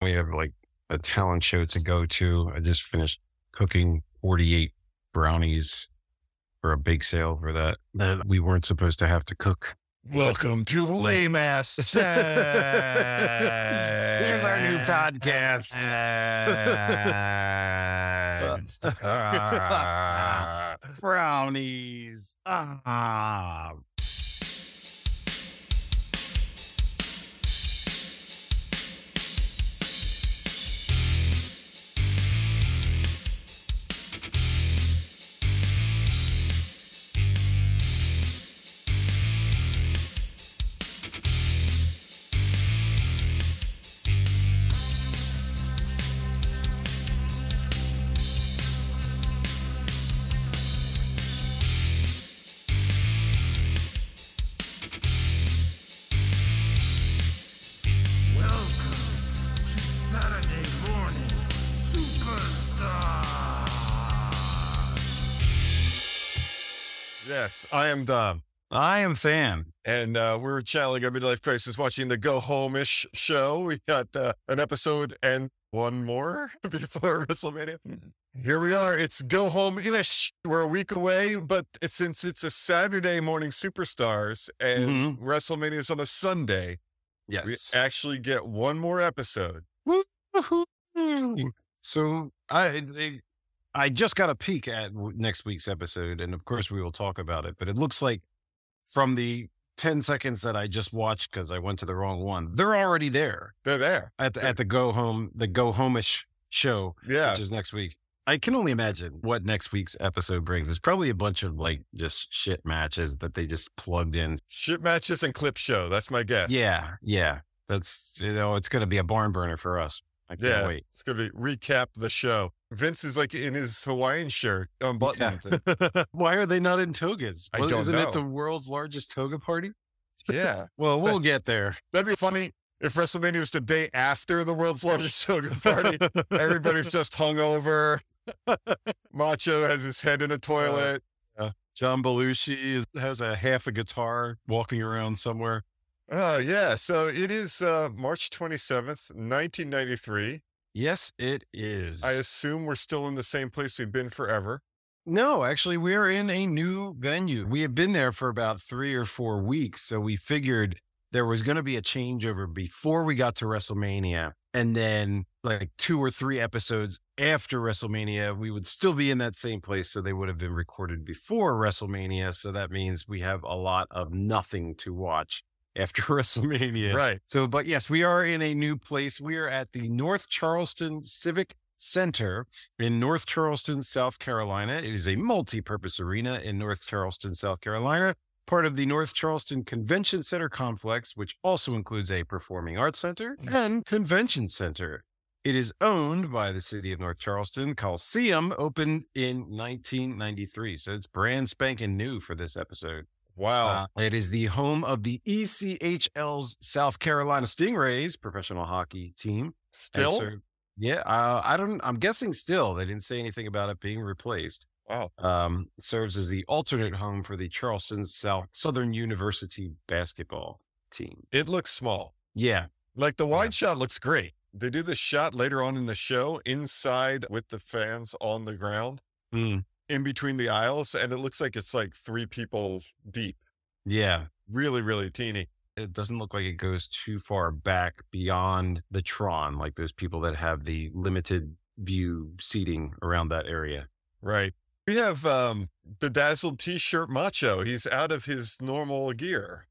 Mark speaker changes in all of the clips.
Speaker 1: we have like a talent show to go to. I just finished cooking 48 brownies for a bake sale for that that we weren't supposed to have to cook.
Speaker 2: Welcome to Lame Ass Here's
Speaker 1: Here's our new podcast. Brownies. Ah.
Speaker 3: Welcome to Saturday morning superstar.
Speaker 2: Yes, I am Dom.
Speaker 1: I am fan.
Speaker 2: And uh, we're channeling our midlife crisis watching the Go Home-ish show. We got uh, an episode and one more before WrestleMania. Here we are. It's Go Home-ish. We're a week away, but since it's a Saturday morning superstars
Speaker 1: Mhm.
Speaker 2: and WrestleMania is on a Sunday, we
Speaker 1: Yes.
Speaker 2: actually get one more episode. Mm.
Speaker 1: Woo-hoo. So I I- I just got a peek at w- next week's episode, and of course we will talk about it. But it looks like from the ten seconds that I just watched because I went to the wrong one, they're already there
Speaker 2: They're there.
Speaker 1: at the, at the go home the go homeish show,
Speaker 2: Yeah.
Speaker 1: which is next week. I can only imagine what next week's episode brings. It's probably a bunch of like just shit matches that they just plugged in.
Speaker 2: Shit matches and clip show. That's my guess.
Speaker 1: Yeah, yeah. That's you know it's going to be a barn burner for us. I can't
Speaker 2: Yeah.
Speaker 1: wait.
Speaker 2: It's going to be recap the show. Vince is like in his Hawaiian shirt unbuttoned. Yeah.
Speaker 1: Why are they not in togas?
Speaker 2: I
Speaker 1: Well,
Speaker 2: don't
Speaker 1: isn't
Speaker 2: know.
Speaker 1: it the world's largest toga party? Well, we'll get there.
Speaker 2: That'd be funny if WrestleMania was the day after the world's largest toga party. Everybody's just hungover. Macho has his head in a toilet.
Speaker 1: John Belushi is, has a half a guitar walking around somewhere.
Speaker 2: Oh, yeah. So it is uh, March 27th, 1993.
Speaker 1: Yes, it is.
Speaker 2: I assume we're still in the same place we've been forever.
Speaker 1: no, actually, we're in a new venue. We have been there for about three or four weeks, so we figured there was going to be a changeover before we got to WrestleMania, and then like two or three episodes after WrestleMania, we would still be in that same place. So they would have been recorded before WrestleMania. So that means we have a lot of nothing to watch after WrestleMania.
Speaker 2: Right.
Speaker 1: So, but yes, we are in a new place. We are at the North Charleston Civic Center in North Charleston, South Carolina. It is a multi purpose arena in North Charleston, South Carolina, part of the North Charleston Convention Center complex, which also includes a performing arts center and convention center. It is owned by the city of North Charleston. Coliseum opened in 1993. So it's brand spanking new for this episode.
Speaker 2: Wow.
Speaker 1: Uh, it is the home of the E ECHL's South Carolina Stingrays professional hockey team. And
Speaker 2: still?
Speaker 1: so- yeah, uh, I don't. I'm guessing still they didn't say anything about it being replaced.
Speaker 2: Wow.
Speaker 1: Um, serves as the alternate home for the Charleston South Southern University basketball team.
Speaker 2: It looks small.
Speaker 1: Yeah,
Speaker 2: Like the wide shot looks great. They do this shot later on in the show inside with the fans on the ground
Speaker 1: mm,
Speaker 2: in between the aisles, and it looks like it's like three people deep.
Speaker 1: yeah.
Speaker 2: Really, really teeny.
Speaker 1: It doesn't look like it goes too far back beyond the Tron, like those people that have the limited view seating around that area.
Speaker 2: Right. We have um bedazzled t shirt macho. He's out of his normal gear.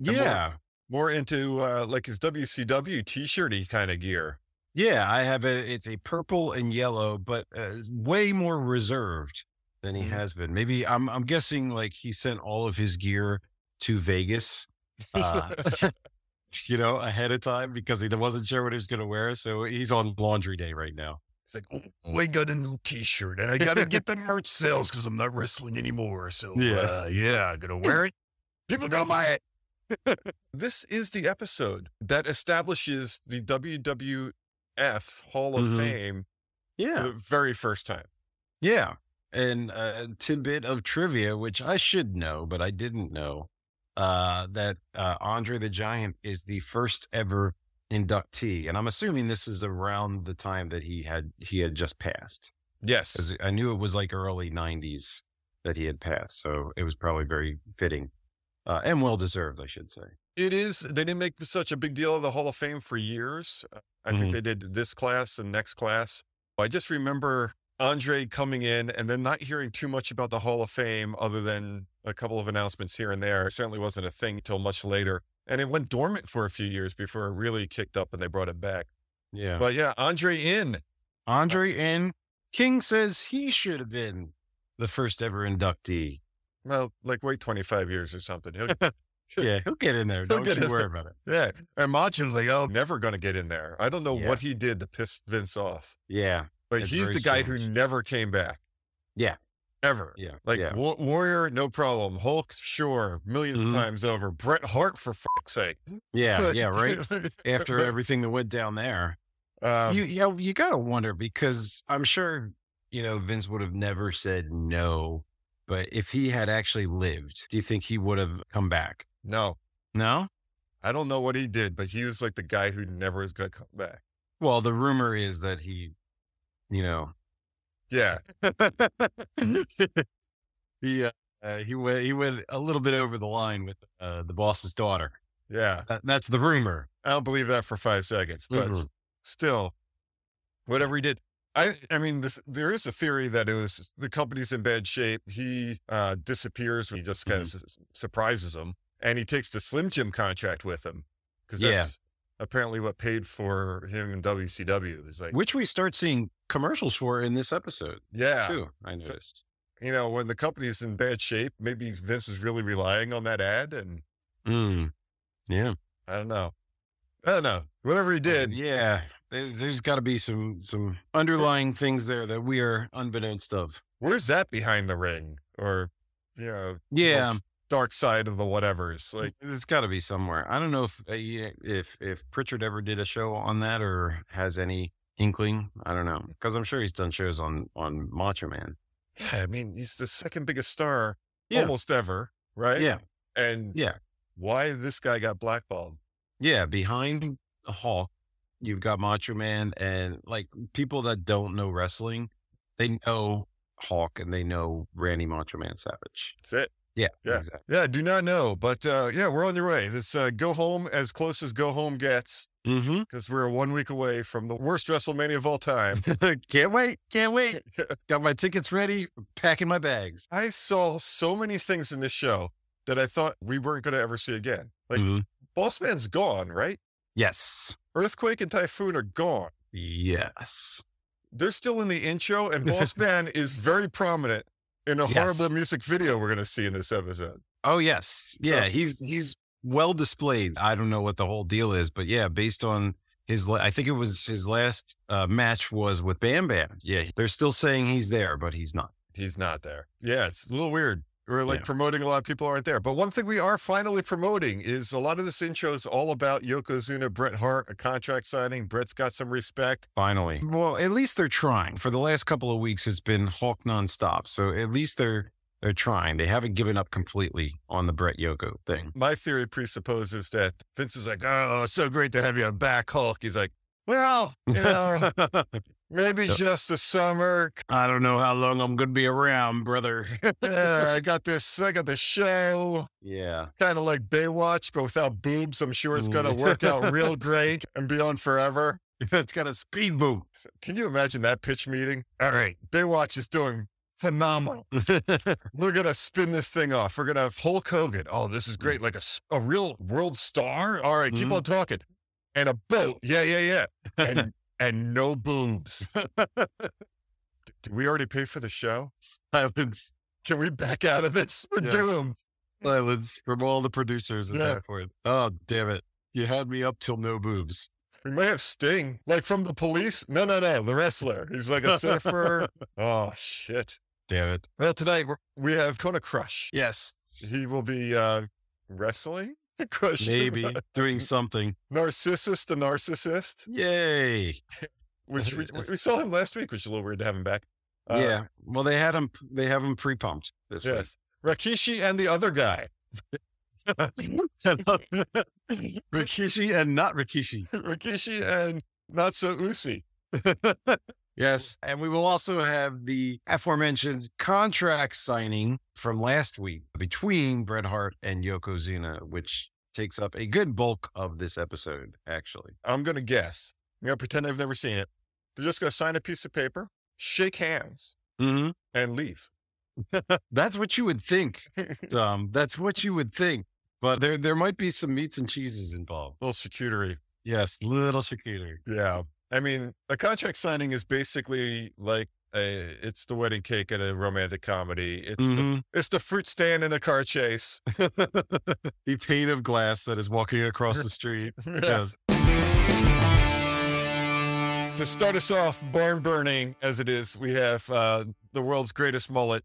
Speaker 2: more- More into uh like his WCW t shirty kind of gear.
Speaker 1: Yeah, I have a. It's a purple and yellow, but uh, way more reserved than he
Speaker 3: Mm-hmm.
Speaker 2: Mhm.
Speaker 1: has been. Maybe I'm. I'm guessing like he sent all of his gear to Vegas, uh, you know, ahead of time because he wasn't sure what he was going to wear. So he's on laundry day right now.
Speaker 3: It's like, oh,
Speaker 2: Mm.
Speaker 3: I got a new T-shirt, and I gotta get the merch sales because I'm not wrestling anymore. So
Speaker 2: Yeah.
Speaker 3: yeah, uh, yeah, I'm gonna wear it. People gonna buy it.
Speaker 2: This is the episode that establishes the WWF Hall of
Speaker 3: Mm-hmm.
Speaker 1: Mhm.
Speaker 2: Fame for
Speaker 1: Yeah,
Speaker 2: the very first time.
Speaker 1: yeah. And uh, a tidbit of trivia, which I should know, but I didn't know, uh, that uh, Andre the Giant is the first ever inductee, and I'm assuming this is around the time that he had he had just passed.
Speaker 2: Yes.
Speaker 1: 'Cause I knew it was like early '90s that he had passed, so it was probably very fitting uh, and well deserved, I should say.
Speaker 2: It is. They didn't make such a big deal of the Hall of Fame for years. uh, I think
Speaker 1: Mhm.
Speaker 2: they did this class and next class. I just remember Andre coming in and then not hearing too much about the Hall of Fame other than a couple of announcements here and there. It certainly wasn't a thing till much later. And it went dormant for a few years before it really kicked up and they brought it back.
Speaker 1: Yeah,
Speaker 2: But yeah, Andre in. uh,
Speaker 1: Andre and King says he should have been the first ever inductee.
Speaker 2: Well, like wait 25 years or something. He'll-
Speaker 1: Yeah, he'll get in there. Don't
Speaker 2: He'll get
Speaker 1: you
Speaker 2: in
Speaker 1: worry
Speaker 2: there.
Speaker 1: about it.
Speaker 2: yeah. And Machin's like, oh, never going to get in there. I don't know
Speaker 1: Yeah.
Speaker 2: what he did to piss Vince off.
Speaker 1: Yeah,
Speaker 2: But
Speaker 1: It's
Speaker 2: he's
Speaker 1: very
Speaker 2: the guy who
Speaker 1: strange.
Speaker 2: never came back.
Speaker 1: Yeah.
Speaker 2: Ever.
Speaker 1: yeah,
Speaker 2: Like
Speaker 1: yeah.
Speaker 2: Wa- Warrior, no problem. Hulk, sure, 1000000s
Speaker 1: Mhm.
Speaker 2: of times over. Bret Hart, for fuck's sake.
Speaker 1: yeah, yeah, right. After
Speaker 2: But,
Speaker 1: everything that went down there,
Speaker 2: um,
Speaker 1: you yeah, you gotta wonder because I'm sure you know Vince would have never said no, but if he had actually lived, do you think he would have come back?
Speaker 2: no,
Speaker 1: No.
Speaker 2: I don't know what he did, but he was like the guy who never is going to come back.
Speaker 1: Well, the rumor is that he, you know,
Speaker 2: Yeah,
Speaker 1: he uh, uh, he went he went a little bit over the line with uh, the boss's daughter.
Speaker 2: yeah.
Speaker 1: That, that's the rumor.
Speaker 2: I don't believe that for five seconds, but
Speaker 1: Mhm.
Speaker 2: s- still, whatever he did. I, I mean, this, there is a theory that it was the company's in bad shape. He uh, disappears. He just kind of
Speaker 1: Mm-hmm.
Speaker 2: surprises him, and he takes the Slim Jim contract with him because
Speaker 1: Yeah.
Speaker 2: that's apparently what paid for him in WCW. Is like,
Speaker 1: which we start seeing commercials for in this episode
Speaker 2: yeah,
Speaker 1: too. I
Speaker 2: So-
Speaker 1: noticed.
Speaker 2: you know, when the company's in bad shape, maybe Vince was really relying on that ad, and
Speaker 1: Mm. Yeah,
Speaker 2: I don't know, I don't know. Whatever he did,
Speaker 1: Yeah, there's there's got to be some some underlying things there that we are unbeknownst of.
Speaker 2: where's that behind the ring or you know
Speaker 1: Yeah,
Speaker 2: s- dark side of the whatever's like
Speaker 1: there's got to be somewhere. I don't know if uh, yeah, if if Pritchard ever did a show on that or has any inkling. I don't know because I'm sure he's done shows on on Macho Man.
Speaker 2: yeah i mean he's the second biggest star
Speaker 1: Mm. Yeah.
Speaker 2: almost ever right
Speaker 1: Yeah,
Speaker 2: and
Speaker 1: yeah.
Speaker 2: why this guy got blackballed
Speaker 1: Yeah, behind Hulk, you've got Macho Man and like people that don't know wrestling, they know Hulk and they know Randy Macho Man Savage.
Speaker 2: that's it
Speaker 1: Yeah,
Speaker 2: Yeah.
Speaker 1: exactly.
Speaker 2: yeah do not know but uh yeah we're on your way this uh go home as close as go home gets
Speaker 1: Mm-hmm.
Speaker 2: because we're one week away from the worst wrestlemania of all time
Speaker 1: can't wait, can't wait. Got my tickets ready, packing my bags.
Speaker 2: i saw so many things in this show that i thought we weren't going to ever see again like
Speaker 1: Mhm.
Speaker 2: boss man's gone right
Speaker 1: Yes,
Speaker 2: earthquake and typhoon are gone
Speaker 1: yes,
Speaker 2: they're still in the intro, and Boss Man is very prominent in a
Speaker 1: Yes.
Speaker 2: horrible music video we're going to see in this episode.
Speaker 1: oh yes, yeah.
Speaker 2: So-
Speaker 1: he's he's well displayed. I don't know what the whole deal is, but yeah, based on his, la- I think it was his last uh, match was with Bam Bam. Yeah, they're still saying he's there, but he's not.
Speaker 2: He's not there. Yeah, it's a little weird. We're like
Speaker 1: Yeah.
Speaker 2: promoting a lot of people aren't there. But one thing we are finally promoting is a lot of this intro is all about Yokozuna, Bret Hart, a contract signing. Bret's got some respect.
Speaker 1: Finally. Well, at least they're trying. For the last couple of weeks, it's been Hulk nonstop. So at least they're they're trying. They haven't given up completely on the Brett Yoko thing.
Speaker 2: My theory presupposes that Vince is like, oh, so great to have you back, Hulk. He's like, well, you know, maybe
Speaker 1: Yeah.
Speaker 2: just the summer.
Speaker 1: I don't know how long I'm gonna be around, brother.
Speaker 2: Yeah, I got this. I got the show.
Speaker 1: yeah.
Speaker 2: kind of like Baywatch, but without boobs. I'm sure it's going to
Speaker 1: Mm.
Speaker 2: work out real great and be on forever.
Speaker 1: It's got a speed boom.
Speaker 2: Can you imagine that pitch meeting?
Speaker 1: All right.
Speaker 2: Baywatch is doing phenomenal. We're going to spin this thing off. We're going to have Hulk Hogan. Oh, this is great. Like a, s- a real world star. All right, keep
Speaker 1: Mhm.
Speaker 2: on talking. And a boat. Yeah, yeah, yeah. And, and no boobs. Did we already pay for the show?
Speaker 1: silence.
Speaker 2: Can we back out of this? We're
Speaker 1: Yes.
Speaker 2: doomed.
Speaker 1: Silence from all the producers at
Speaker 2: Yeah.
Speaker 1: that point. Oh, damn it. You had me up till no boobs.
Speaker 2: We may have Sting, like from the police. No, no, no, the wrestler. He's like a surfer. oh shit!
Speaker 1: Damn it.
Speaker 2: Well, tonight we're, we have Kona Crush.
Speaker 1: Yes.
Speaker 2: He will be uh, wrestling. Question
Speaker 1: Maybe
Speaker 2: mark.
Speaker 1: doing something.
Speaker 2: Narcissus, the narcissist,
Speaker 1: Yay.
Speaker 2: which we, we saw him last week, which is a little weird to have him back. Uh,
Speaker 1: yeah. Well, they had them. They have them pre-pumped this
Speaker 2: Yes. Rakishi and the other guy.
Speaker 1: Rikishi and not Rikishi.
Speaker 2: Rikishi and not so Usi.
Speaker 1: Yes. And we will also have the aforementioned contract signing from last week between Bret Hart and Yokozuna, which takes up a good bulk of this episode, actually.
Speaker 2: I'm going to guess. I'm going to pretend I've never seen it. They're just going to sign a piece of paper, shake hands,
Speaker 1: Mm-hmm.
Speaker 2: and leave.
Speaker 1: That's what you would think. Um, that's what you would think. But there, there might be some meats and cheeses involved.
Speaker 2: Little charcuterie.
Speaker 1: Yes, little charcuterie.
Speaker 2: Yeah. I mean, a contract signing is basically like a, it's the wedding cake at a romantic comedy. It's the
Speaker 1: Mhm.
Speaker 2: it's the fruit stand in a car chase.
Speaker 1: the pane of glass that is walking across the street. Yes.
Speaker 2: To start us off, barn burning as it is, we have uh, the world's greatest mullet.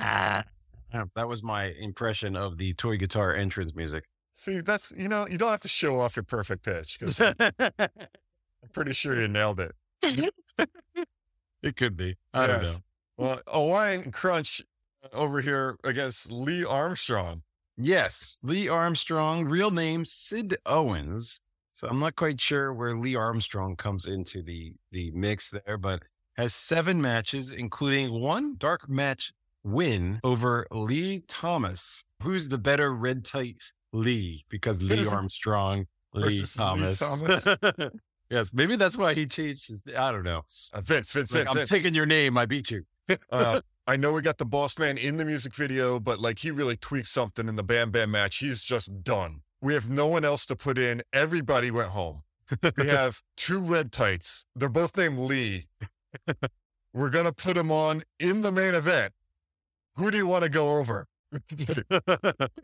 Speaker 1: That was my impression of the toy guitar entrance music.
Speaker 2: See, that's you know, you don't have to show off your perfect pitch because I'm
Speaker 1: it
Speaker 2: pretty sure you nailed it.
Speaker 1: could be. I don't
Speaker 2: Yes.
Speaker 1: know.
Speaker 2: Well, Hawaiian Crunch over here against Lee Armstrong.
Speaker 1: Yes, Lee Armstrong, real name Sid Owens. So I'm not quite sure where Lee Armstrong comes into the the mix there, but has seven matches, including one dark match win over Lee Thomas, who's the better red tight Lee because Lee Armstrong, Lee
Speaker 2: Versus Lee
Speaker 1: Thomas. yes, maybe that's why he changed his. I don't know.
Speaker 2: Uh, Vince, Vince,
Speaker 1: It's like,
Speaker 2: Vince,
Speaker 1: I'm
Speaker 2: Vince.
Speaker 1: taking your name. I beat you.
Speaker 2: Uh, I know we got the boss man in the music video, but like he really tweaked something in the Bam Bam match. He's just done. We have no one else to put in. Everybody went home. We have two red tights. They're both named Lee. We're going to put them on in the main event. Who do you want to go over?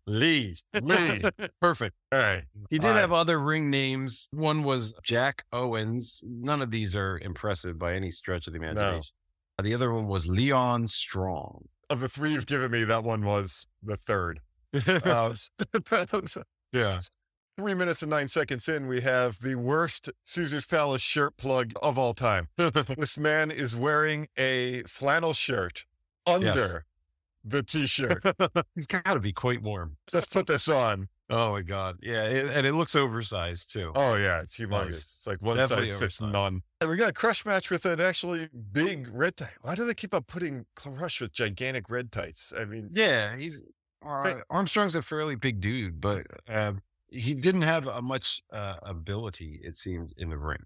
Speaker 1: Lee.
Speaker 2: Lee.
Speaker 1: Perfect.
Speaker 2: Hey,
Speaker 1: He did
Speaker 2: Alright.
Speaker 1: have other ring names. One was Jack Owens. None of these are impressive by any stretch of the imagination. Uh, The other one was Leon Strong.
Speaker 2: of the three you've given me, that one was the third. Uh,
Speaker 1: yeah.
Speaker 2: Three minutes and nine seconds in, we have the worst Caesar's Palace shirt plug of all time. this man is wearing a flannel shirt under the t shirt.
Speaker 1: He's got to be quite warm.
Speaker 2: Let's put this on.
Speaker 1: Oh, my God. Yeah. it- and it looks oversized, too.
Speaker 2: Oh, yeah, it's humongous.
Speaker 1: Nice.
Speaker 2: It's like one
Speaker 1: Definitely
Speaker 2: size fits
Speaker 1: oversized.
Speaker 2: none. And we got a crush match with an actually big red tie. Why do they keep on putting crush with gigantic red tights? I mean,
Speaker 1: Yeah. He's uh, Armstrong's a fairly big dude, but uh, he didn't have a much uh, ability, it seems, in the ring.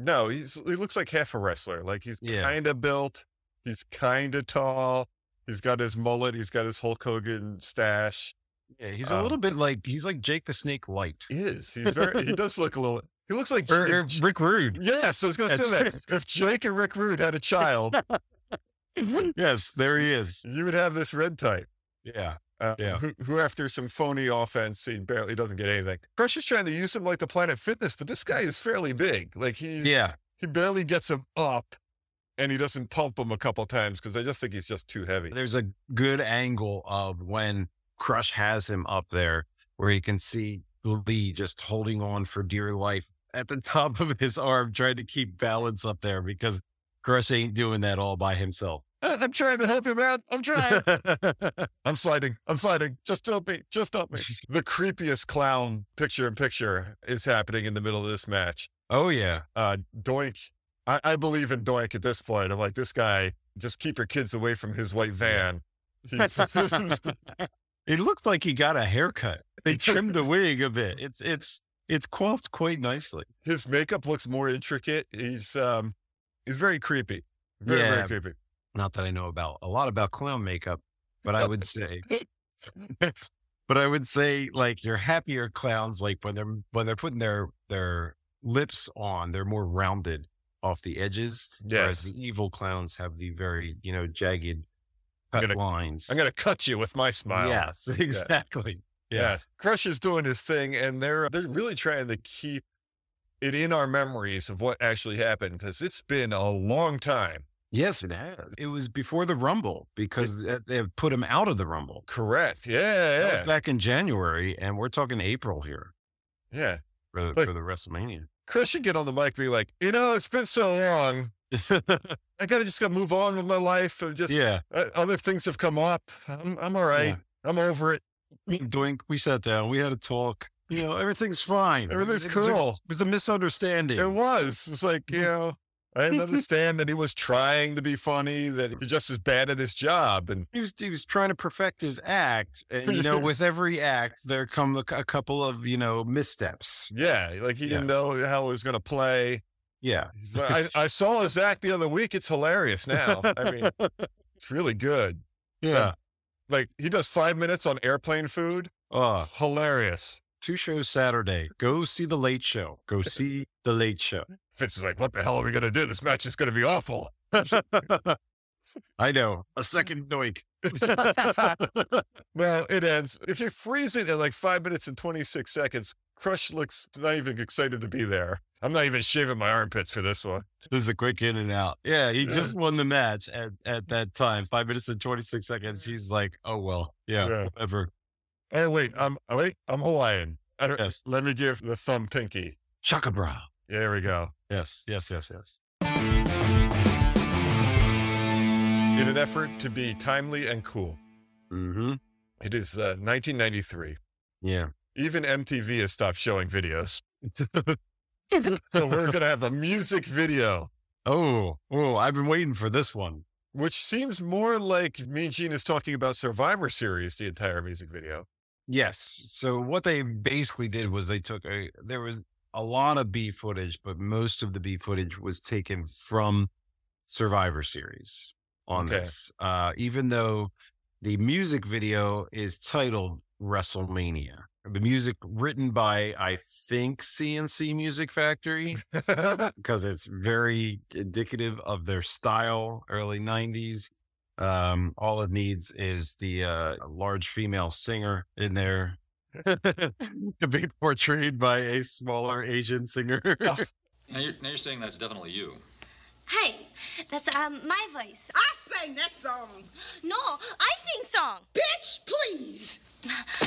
Speaker 2: no, he's, he looks like half a wrestler. Like he's
Speaker 1: Yeah.
Speaker 2: kind of built, he's kind of tall. He's got his mullet. He's got his Hulk Hogan stash.
Speaker 1: Yeah. He's
Speaker 2: Um,
Speaker 1: a little bit like, he's like Jake the Snake Light.
Speaker 2: He is. He's very. he does look a little. He looks like.
Speaker 1: Or, or
Speaker 2: if,
Speaker 1: Er, Rick Rude.
Speaker 2: yes, I was going to
Speaker 1: That's
Speaker 2: say that. If Jake and Rick Rude had a child,
Speaker 1: yes, there he is.
Speaker 2: you would have this red type.
Speaker 1: Yeah.
Speaker 2: Uh,
Speaker 1: Yeah.
Speaker 2: Who, who, after some phony offense, he barely doesn't get anything. Crush is trying to use him like the Planet Fitness, but this guy is fairly big. Like he
Speaker 1: Yeah.
Speaker 2: he barely gets him up, and he doesn't pump him a couple times because I just think he's just too heavy.
Speaker 1: There's a good angle of when Crush has him up there where you can see Lee just holding on for dear life at the top of his arm, trying to keep balance up there because Crush ain't doing that all by himself.
Speaker 2: Uh, I'm trying to help him out. I'm trying. I'm sliding. I'm sliding. Just help me. Just help me. the creepiest clown picture in picture is happening in the middle of this match.
Speaker 1: oh, yeah.
Speaker 2: uh, Doink. I, I believe in Doink at this point. I'm like, this guy, just keep your kids away from his white van. He's-
Speaker 1: it looked like he got a haircut. They trimmed the wig a bit. It's, it's, it's coiffed quite nicely.
Speaker 2: his makeup looks more intricate. He's um, he's very creepy. Very,
Speaker 1: Yeah.
Speaker 2: very creepy.
Speaker 1: not that I know about a lot about clown makeup, but
Speaker 2: Oh,
Speaker 1: I would say, but I would say like your happier clowns, like when they're when they're putting their their lips on, they're more rounded off the edges. Whereas
Speaker 2: Yes.
Speaker 1: the evil clowns have the very you know jagged cut
Speaker 2: gonna-
Speaker 1: lines.
Speaker 2: I'm gonna cut you with my smile.
Speaker 1: Yes, exactly.
Speaker 2: Yeah. Crush is doing his thing and they're they're really trying to keep it in our memories of what actually happened because it's been a long time.
Speaker 1: Yes, it has. It was before the Rumble because they- they put him out of the Rumble.
Speaker 2: Correct. Yeah.
Speaker 1: That
Speaker 2: Yeah.
Speaker 1: was back in January, and we're talking April here
Speaker 2: yeah.
Speaker 1: for,
Speaker 2: Like-
Speaker 1: for the WrestleMania.
Speaker 2: Chris should get on the mic and be like, you know, it's been so long. I gotta just gotta move on with my life. Or just
Speaker 1: yeah.
Speaker 2: uh, other things have come up. I'm I'm all right.
Speaker 1: Yeah.
Speaker 2: I'm over it.
Speaker 1: Doink, we sat down, we had a talk. You know, everything's fine.
Speaker 2: Everything's
Speaker 1: It was a-
Speaker 2: cool.
Speaker 1: It was a misunderstanding.
Speaker 2: It was. It's like you know. I didn't understand that he was trying to be funny. That he's just as bad at his job, and
Speaker 1: he was he was trying to perfect his act, and you know, with every act, there come a, a couple of you know missteps.
Speaker 2: yeah, like he didn't know how it was going to play.
Speaker 1: Yeah,
Speaker 2: But I, I saw his act the other week. It's hilarious now. I mean, it's really good.
Speaker 1: yeah.
Speaker 2: Like he does five minutes on airplane food.
Speaker 1: Uh,
Speaker 2: Hilarious.
Speaker 1: two shows Saturday. Go see the Late Show. Go see the Late Show.
Speaker 2: Fitz is like, what the hell are we going to do? This match is going to be awful.
Speaker 1: I know a second doink.
Speaker 2: well, it ends. If you freeze it at like five minutes and 26 seconds, Crush looks not even excited to be there. I'm not even shaving my armpits for this one.
Speaker 1: This is a quick in and out. Yeah, he just won the match at at that time. Five minutes and twenty six seconds. He's like, oh well, yeah,
Speaker 2: Yeah.
Speaker 1: whatever.
Speaker 2: Hey, wait, I'm wait, I'm Hawaiian. I don't,
Speaker 1: Yes,
Speaker 2: Let me give the thumb pinky.
Speaker 1: Chaka Bra.
Speaker 2: There we go.
Speaker 1: Yes, yes, yes, yes.
Speaker 2: In an effort to be timely and cool,
Speaker 1: Mm-hmm.
Speaker 2: it is uh, 1993.
Speaker 1: Yeah.
Speaker 2: Even MTV has stopped showing videos. so we're going to have a music video,
Speaker 1: Oh, oh, I've been waiting for this one.
Speaker 2: which seems more like me and Gene is talking about Survivor Series, the entire music video.
Speaker 1: Yes. So what they basically did was they took a there was a lot of B footage, but most of the B footage was taken from Survivor Series on
Speaker 2: Okay.
Speaker 1: this. Uh, even though the music video is titled WrestleMania, the music written by I think CNC Music Factory because it's very indicative of their style, early '90s. Um, all it needs is the uh, large female singer in there to be portrayed by a smaller Asian singer.
Speaker 4: Now you're, now you're saying that's definitely you.
Speaker 5: Hey, that's um, my voice.
Speaker 6: I sang that song.
Speaker 5: No, I sing song.
Speaker 6: Bitch, please.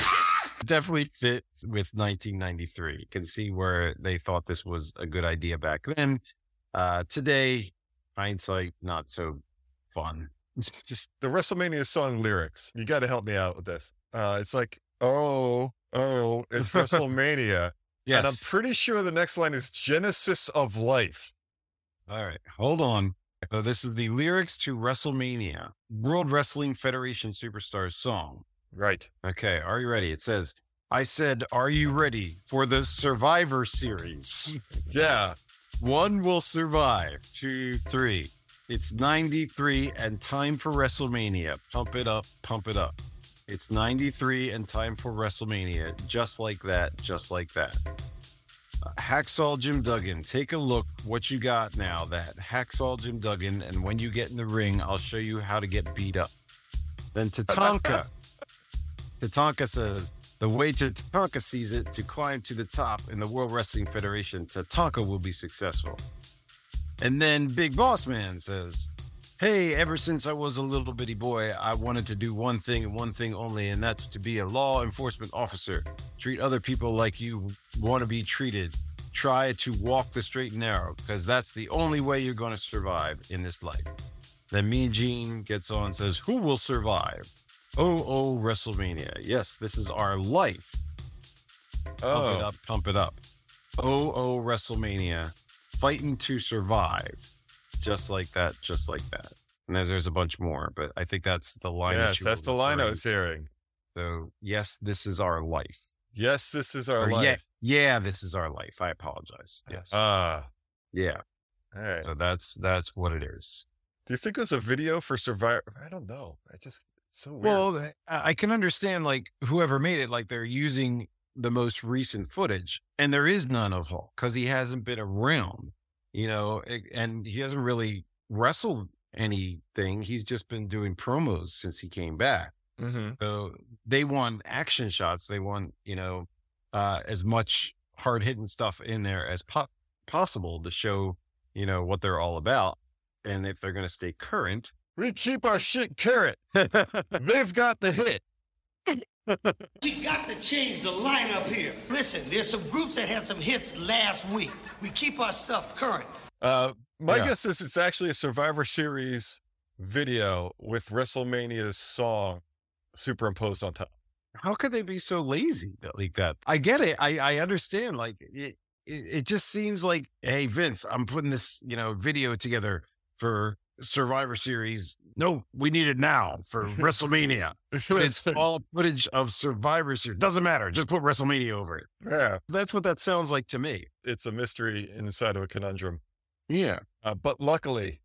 Speaker 1: Definitely fit with 1993. You can see where they thought this was a good idea back then. Uh, today, hindsight, not so fun. Just
Speaker 2: The WrestleMania song lyrics. You got to help me out with this. Uh, it's like, oh, oh, it's WrestleMania. And I'm
Speaker 1: yes.
Speaker 2: pretty sure the next line is Genesis of Life.
Speaker 1: All right, hold on. So this is the lyrics to WrestleMania, World Wrestling Federation Superstars song.
Speaker 2: Right.
Speaker 1: Okay, are you ready? It says, I said, Are you ready for the Survivor Series?
Speaker 2: Yeah.
Speaker 1: One will survive. Two, three. It's 93 and time for WrestleMania. Pump it up, pump it up. It's 93 and time for WrestleMania. Just like that, just like that. Uh, Hacksaw Jim Duggan, take a look what you got now. That Hacksaw Jim Duggan, and when you get in the ring, I'll show you how to get beat up. Then Tatanka. Tatanka says, the way Tatanka sees it to climb to the top in the World Wrestling Federation, Tatanka will be successful. And then Big Boss Man says, Hey, ever since I was a little bitty boy, I wanted to do one thing and one thing only, and that's to be a law enforcement officer. Treat other people like you want to be treated. Try to walk the straight and narrow, because that's the only way you're going to survive in this life. Then Mean Gene gets on and says, Who will survive? Oh, oh, WrestleMania. Yes, this is our life. Pump it
Speaker 2: Oh,
Speaker 1: up, pump it up. Oh, oh, WrestleMania. Fighting to survive. Just like that, just like that. And there's, there's a bunch more, but I think that's the line. that
Speaker 2: yes,
Speaker 1: you
Speaker 2: that's
Speaker 1: were
Speaker 2: the line I
Speaker 1: referring
Speaker 2: was
Speaker 1: to.
Speaker 2: hearing.
Speaker 1: So, yes, this is our life.
Speaker 2: Yes, this is our
Speaker 1: Or,
Speaker 2: life.
Speaker 1: Yeah, yeah, this is our life. I apologize. Yes.
Speaker 2: Ah,
Speaker 1: yeah.
Speaker 2: all right.
Speaker 1: So that's that's what it is.
Speaker 2: Do you think it was a video for Survivor? I don't know. I just it's so weird.
Speaker 1: Well, I I can understand like whoever made it, like they're using the most recent footage, and there is none of Hulk because he hasn't been around, you know, a- and he hasn't really wrestled anything. He's just been doing promos since he came back.
Speaker 2: mm-hmm.
Speaker 1: So they want action shots. They want you know uh, as much hard hitting stuff in there as po- possible to show you know what they're all about, and if they're going to stay current.
Speaker 2: we keep our shit carrot. They've got the hit.
Speaker 7: You got to change the lineup here. Listen, there's some groups that had some hits last week. We keep our stuff current.
Speaker 2: Uh, my
Speaker 1: Yeah.
Speaker 2: guess is it's actually a Survivor Series video with WrestleMania's song superimposed on top.
Speaker 1: How could they be so lazy that- like that? I get it. I I understand. Like it, it, it just seems like, hey Vince, I'm putting this you know video together for Survivor Series. No, we need it now for WrestleMania. it's all footage of Survivor Series. Doesn't matter. Just put WrestleMania over it.
Speaker 2: yeah,
Speaker 1: That's what that sounds like to me.
Speaker 2: it's a mystery inside of a conundrum.
Speaker 1: Yeah.
Speaker 2: Uh, but luckily,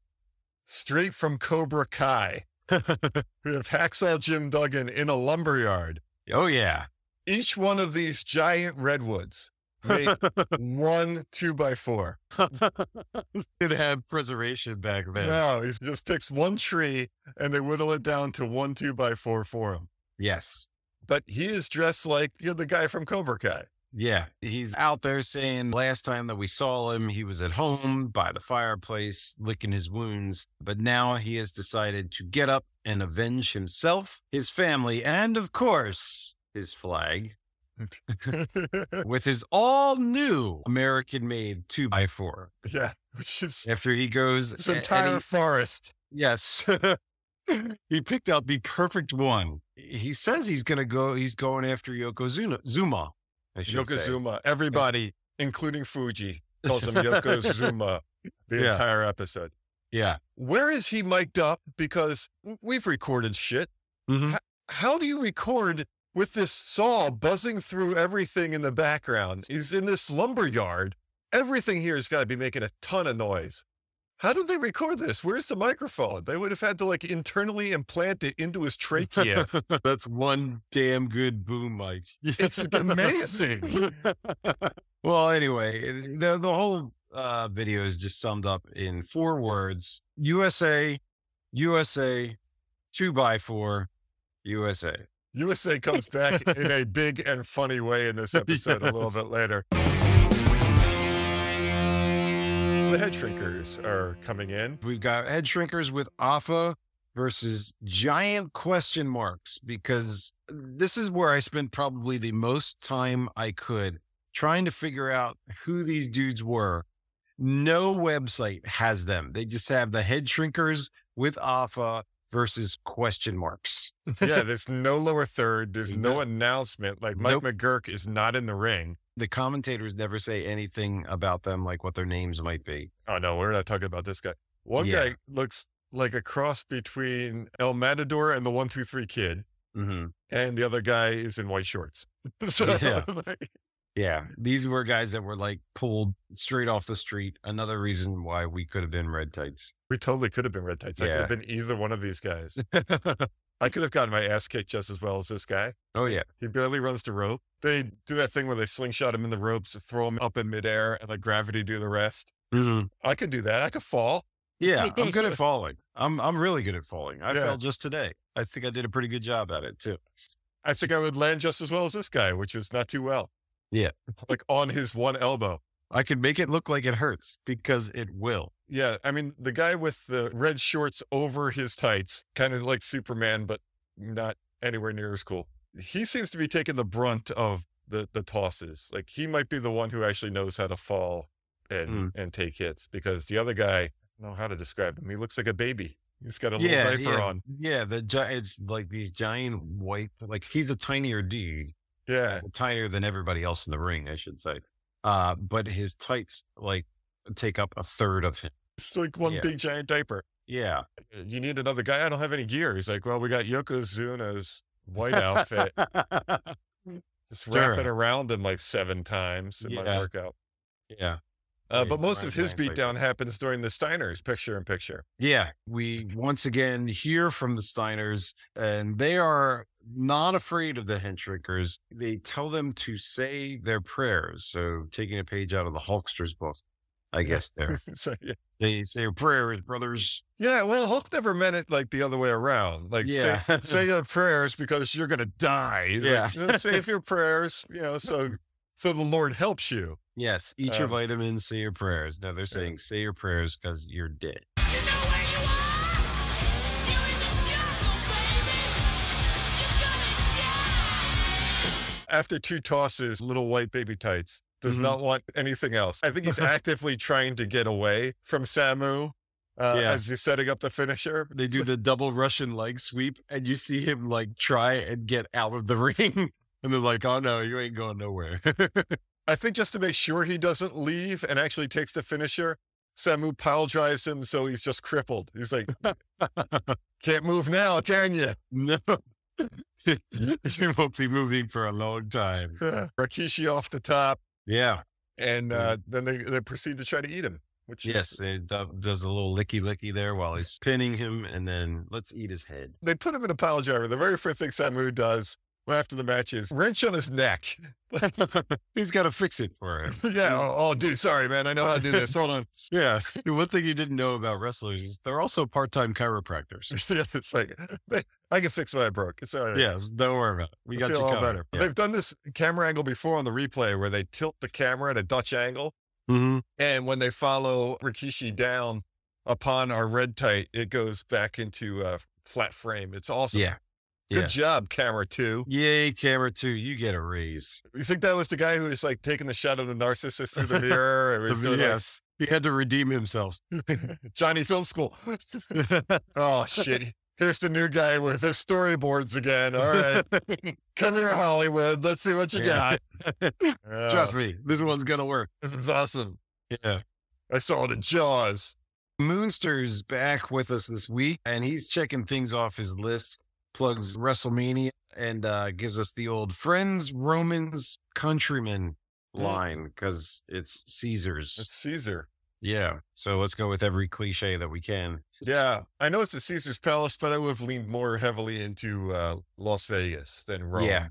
Speaker 2: straight from Cobra Kai, we have Hacksaw Jim Duggan in a lumberyard.
Speaker 1: Oh yeah.
Speaker 2: Each one of these giant redwoods make one two by four.
Speaker 1: It had preservation back then.
Speaker 2: No, he just picks one tree and they whittle it down to one two by four for him.
Speaker 1: Yes.
Speaker 2: But he is dressed like you know, the guy from Cobra Kai.
Speaker 1: Yeah. He's out there saying last time that we saw him, he was at home by the fireplace, licking his wounds. But now he has decided to get up and avenge himself, his family, and of course, his flag
Speaker 2: Uh
Speaker 1: with his all new American made 2x4.
Speaker 2: yeah, which is
Speaker 1: After he goes,
Speaker 2: this
Speaker 1: a- and
Speaker 2: entire
Speaker 1: he-
Speaker 2: forest.
Speaker 1: Yes. he picked out the perfect one. He says he's going to go, he's going after Yokozuna, Zuma. I should say.
Speaker 2: Yokozuna, everybody, including Fuji, calls him Yokozuna the
Speaker 1: Yeah.
Speaker 2: entire episode.
Speaker 1: Yeah.
Speaker 2: Where is he mic'd up? Because w- we've recorded shit.
Speaker 1: Mhm.
Speaker 2: H- how do you record with this saw buzzing through everything in the background? He's in this lumber yard. Everything here has got to be making a ton of noise. How did they record this? Where's the microphone? They would have had to like internally implant it into his trachea.
Speaker 1: That's one damn good boom mic.
Speaker 2: it's amazing.
Speaker 1: well, anyway, the, the whole uh, video is just summed up in four words USA, USA, two by four, USA.
Speaker 2: USA comes back in a big and funny way in this episode a little
Speaker 1: Yes.
Speaker 2: bit later. The head shrinkers are coming in.
Speaker 1: We've got head shrinkers with Alpha versus giant question marks because this is where I spent probably the most time I could trying to figure out who these dudes were. No website has them. They just have the head shrinkers with Alpha versus question marks.
Speaker 2: yeah, there's no lower third. There's no
Speaker 1: Nope.
Speaker 2: announcement. Like Mike
Speaker 1: Nope.
Speaker 2: McGurk is not in the ring.
Speaker 1: The commentators never say anything about them, like what their names might be.
Speaker 2: Oh no, we're not talking about this guy. One
Speaker 1: Yeah.
Speaker 2: guy looks like a cross between El Matador and the One Two Three Kid,
Speaker 1: Mm-hmm.
Speaker 2: and the other guy is in white shorts. so,
Speaker 1: Yeah.
Speaker 2: like,
Speaker 1: Yeah, these were guys that were like pulled straight off the street. Another reason why we could have been red tights.
Speaker 2: we totally could have been red tights. I could
Speaker 1: Yeah.
Speaker 2: have been either one of these guys. I could have gotten my ass kicked just as well as this guy.
Speaker 1: Oh yeah,
Speaker 2: He barely runs the rope. They do that thing where they slingshot him in the ropes, throw him up in midair, and let gravity do the rest. I could do that. I could fall.
Speaker 1: Mm-hmm. yeah. I'm good at falling. I'm I'm really good at falling. I
Speaker 2: Yeah.
Speaker 1: fell just today. I think I did a pretty good job at it too.
Speaker 2: I think I would land just as well as this guy, which was not too well.
Speaker 1: Yeah.
Speaker 2: Like on his one elbow.
Speaker 1: I could make it look like it hurts because it will.
Speaker 2: Yeah. I mean, the guy with the red shorts over his tights, kind of like Superman, but not anywhere near as cool. He seems to be taking the brunt of the, the tosses. Like he might be the one who actually knows how to fall and,
Speaker 1: Hmm.
Speaker 2: and take hits because the other guy, I don't know how to describe him. He looks like a baby. He's got a little diaper
Speaker 1: yeah,
Speaker 2: on.
Speaker 1: yeah. The gi- it's like these giant white. Like he's a tinier dude, uh,
Speaker 2: Yeah.
Speaker 1: tinier than everybody else in the ring, I should say. Uh, but his tights like take up a third of him.
Speaker 2: It's like one
Speaker 1: Yeah.
Speaker 2: big giant diaper. "Uh,
Speaker 1: Yeah.
Speaker 2: you need another guy. I don't have any gear. He's like, well, we got Yokozuna's white outfit. Just wrap it
Speaker 1: Sure.
Speaker 2: around him like seven times. It might
Speaker 1: Yeah.
Speaker 2: work out.
Speaker 1: yeah.
Speaker 2: Uh,
Speaker 1: Yeah,
Speaker 2: but most of
Speaker 1: right,
Speaker 2: his
Speaker 1: right, right.
Speaker 2: beatdown happens during the Steiner's picture in picture.
Speaker 1: Yeah, we once again hear from the Steiners, and they are not afraid of the Hentrickers. They tell them to say their prayers. So, taking a page out of the Hulkster's book, I guess there.
Speaker 2: so, yeah.
Speaker 1: they say your prayers, brothers.
Speaker 2: yeah, well, Hulk never meant it like the other way around. Like, say,
Speaker 1: Yeah.
Speaker 2: say your prayers because you're going to die. He's like,
Speaker 1: Yeah.
Speaker 2: "No, save your prayers, you know, so so the Lord helps you.
Speaker 1: Yes, eat your
Speaker 2: Um,
Speaker 1: vitamins, say your prayers. No, they're saying say your prayers because you're dead.
Speaker 6: You know where you are? You in the jungle, baby. You're gonna die.
Speaker 2: After two tosses, little white baby tights, does
Speaker 1: Mhm.
Speaker 2: not want anything else. I think he's actively trying to get away from Samu uh,
Speaker 1: Yeah.
Speaker 2: as he's setting up the finisher.
Speaker 1: They do the double Russian leg sweep, and you see him like try and get out of the ring. And they're like, oh no, you ain't going nowhere.
Speaker 2: I think just to make sure he doesn't leave and actually takes the finisher, Samu pile drives him so he's just crippled. He's like, can't move now, can you?
Speaker 1: no. you won't be moving for a long time.
Speaker 2: Rakishi off the top.
Speaker 1: Yeah.
Speaker 2: And uh, then they, they proceed to try to eat him, which is-
Speaker 1: Mm-hmm. Yes. It uh, do- does a little licky licky there while he's pinning him, and then let's eat his head.
Speaker 2: they put him in a pile driver. The very first thing Samu does after the match is wrench on his neck.
Speaker 1: he's got to fix it for him.
Speaker 2: yeah. Oh, oh, dude, sorry, man. I know how to do this. Hold on.
Speaker 1: Yeah. One thing you didn't know about wrestlers is they're also part time chiropractors.
Speaker 2: Yeah, it's like I can fix what I broke. It's all right.
Speaker 1: Yes. Don't worry about it. We
Speaker 2: I
Speaker 1: got you
Speaker 2: feel all
Speaker 1: covered.
Speaker 2: better. They've done this camera angle before on the replay where they tilt the camera at a Dutch angle,
Speaker 1: hmm
Speaker 2: and when they follow Rikishi down upon our red tight, it goes back into a flat frame. It's awesome.
Speaker 1: Yeah.
Speaker 2: Good
Speaker 1: Yeah.
Speaker 2: job, camera two.
Speaker 1: Yay, camera two, you get a raise.
Speaker 2: You think that was the guy who was like taking the shot of the narcissist through the mirror? and was doing, like,
Speaker 1: yes. He had to redeem himself.
Speaker 2: Johnny Film School. oh shit. Here's the new guy with his storyboards again. All right. Come here, Hollywood. Let's see what you
Speaker 1: Yeah.
Speaker 2: got. Oh,
Speaker 1: Trust me, this one's gonna work.
Speaker 2: This is awesome.
Speaker 1: Yeah.
Speaker 2: Oh, I saw it in Jaws.
Speaker 1: Moonster's back with us this week, and he's checking things off his list. Plugs WrestleMania and uh, gives us the old friends, Romans, countrymen line because it's Caesar's.
Speaker 2: It's Caesar.
Speaker 1: yeah. So let's go with every cliche that we can.
Speaker 2: Yeah. I know it's the Caesar's Palace, but I would have leaned more heavily into uh, Las Vegas than Rome.
Speaker 1: Yeah.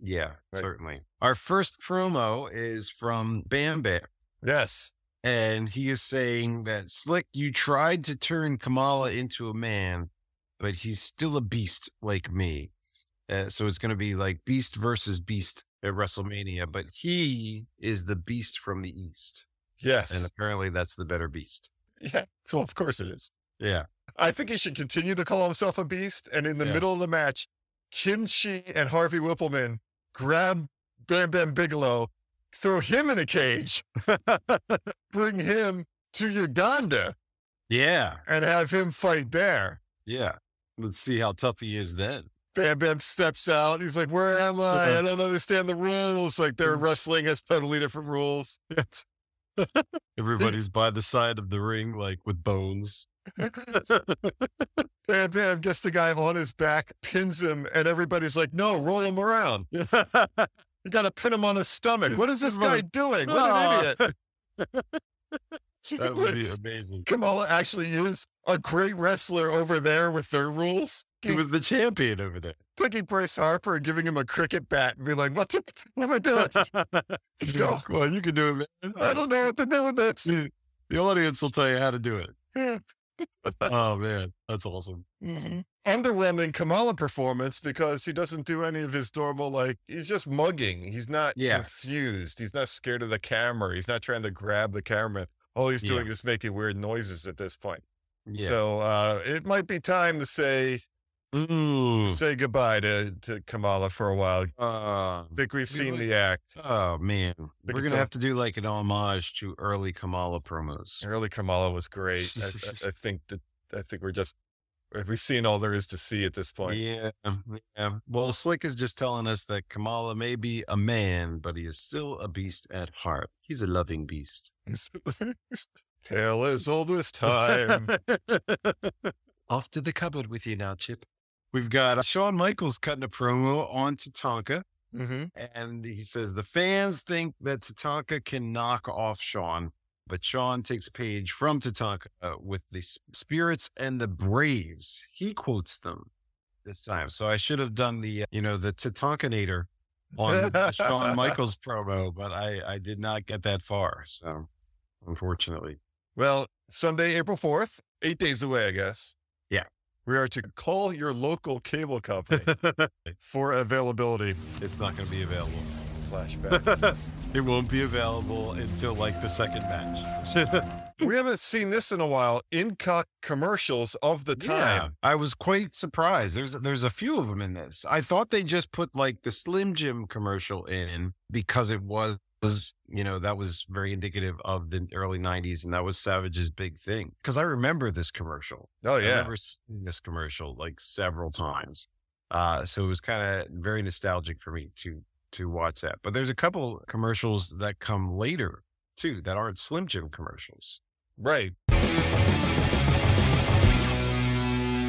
Speaker 1: Yeah.
Speaker 2: Right.
Speaker 1: Certainly. Our first promo is from Bam Bam.
Speaker 2: Yes.
Speaker 1: and he is saying that Slick, you tried to turn Kamala into a man, but he's still a beast like me. Uh, so it's going to be like beast versus beast at WrestleMania, but he is the beast from the east, and
Speaker 2: Yes.
Speaker 1: apparently that's the better beast.
Speaker 2: yeah. Well, of course it is.
Speaker 1: Yeah,
Speaker 2: I think he should continue to call himself a beast. And in the
Speaker 1: Yeah.
Speaker 2: middle of the match, Kimchi and Harvey Whippleman grab Bam Bam Bigelow, throw him in a cage, bring him to Uganda,
Speaker 1: yeah,
Speaker 2: and have him fight there.
Speaker 1: yeah. Let's see how tough he is then.
Speaker 2: Bam Bam steps out. He's like, Where am I? I don't understand the rules. Like, their wrestling has totally different rules.
Speaker 1: Everybody's by the side of the ring, like with bones.
Speaker 2: Bam Bam gets the guy on his back, pins him, and everybody's like, No, roll him around. You got to pin him on his stomach. What is this guy doing? What
Speaker 1: Aw.
Speaker 2: an idiot.
Speaker 1: that would be amazing.
Speaker 2: Kamala actually is a great wrestler over there with their rules.
Speaker 1: He was the champion over there.
Speaker 2: Quickie Bryce Harper and giving him a cricket bat and be like, what, the, what am I doing? Let's go.
Speaker 1: Well, you can do it, man.
Speaker 2: I don't know what to do with this.
Speaker 1: The the audience will tell you how to do it.
Speaker 2: Yeah.
Speaker 1: oh man, that's awesome.
Speaker 2: Underwhelming Kamala performance because he doesn't do any of his normal, like, he's just mugging. He's not
Speaker 1: Yeah.
Speaker 2: confused. He's not scared of the camera. He's not trying to grab the camera. All he's
Speaker 1: Yeah.
Speaker 2: doing is making weird noises at this point.
Speaker 1: Yeah.
Speaker 2: So uh, it might be time to say
Speaker 1: Ooh.
Speaker 2: say goodbye to, to Kamala for a while.
Speaker 1: Uh,
Speaker 2: I think we've seen
Speaker 1: like-
Speaker 2: the act.
Speaker 1: oh man, we're
Speaker 2: it's
Speaker 1: gonna
Speaker 2: a-
Speaker 1: have to do like an homage to early Kamala promos.
Speaker 2: Early Kamala was great. I, I- I think that I think we're just we've seen all there is to see at this point.
Speaker 1: Yeah, yeah. Well, Slick is just telling us that Kamala may be a man, but he is still a beast at heart. He's a loving beast.
Speaker 2: Tale as old as time.
Speaker 1: Off to the cupboard with you now, Chip. We've got uh, Shawn Michaels cutting a promo on Tatanka.
Speaker 2: Mhm.
Speaker 1: And he says the fans think that Tatanka can knock off Sean, but Sean takes a page from Tatanka uh, with the s- spirits and the braves. He quotes them this time. So I should have done the, uh, you know, the Tatankanator on the Shawn Michaels promo, but I, I did not get that far. So unfortunately,
Speaker 2: Well, Sunday, April fourth, eight days away, I guess.
Speaker 1: Yeah.
Speaker 2: We are to call your local cable company for availability.
Speaker 1: it's not going to be available.
Speaker 2: Flashbacks.
Speaker 1: It won't be available until like the second match.
Speaker 2: we haven't seen this in a while. Incock commercials of the time.
Speaker 1: I was quite surprised. There's there's a few of them in this. I thought they just put like the Slim Jim commercial in because it was was, you know, that was very indicative of the early 90s. And that was Savage's big thing. Cause I remember this commercial.
Speaker 2: Oh
Speaker 1: I
Speaker 2: yeah.
Speaker 1: remember seeing this commercial like several times. Uh, so it was kind of very nostalgic for me to to watch that. But there's a couple commercials that come later too that aren't Slim Jim commercials.
Speaker 2: Right.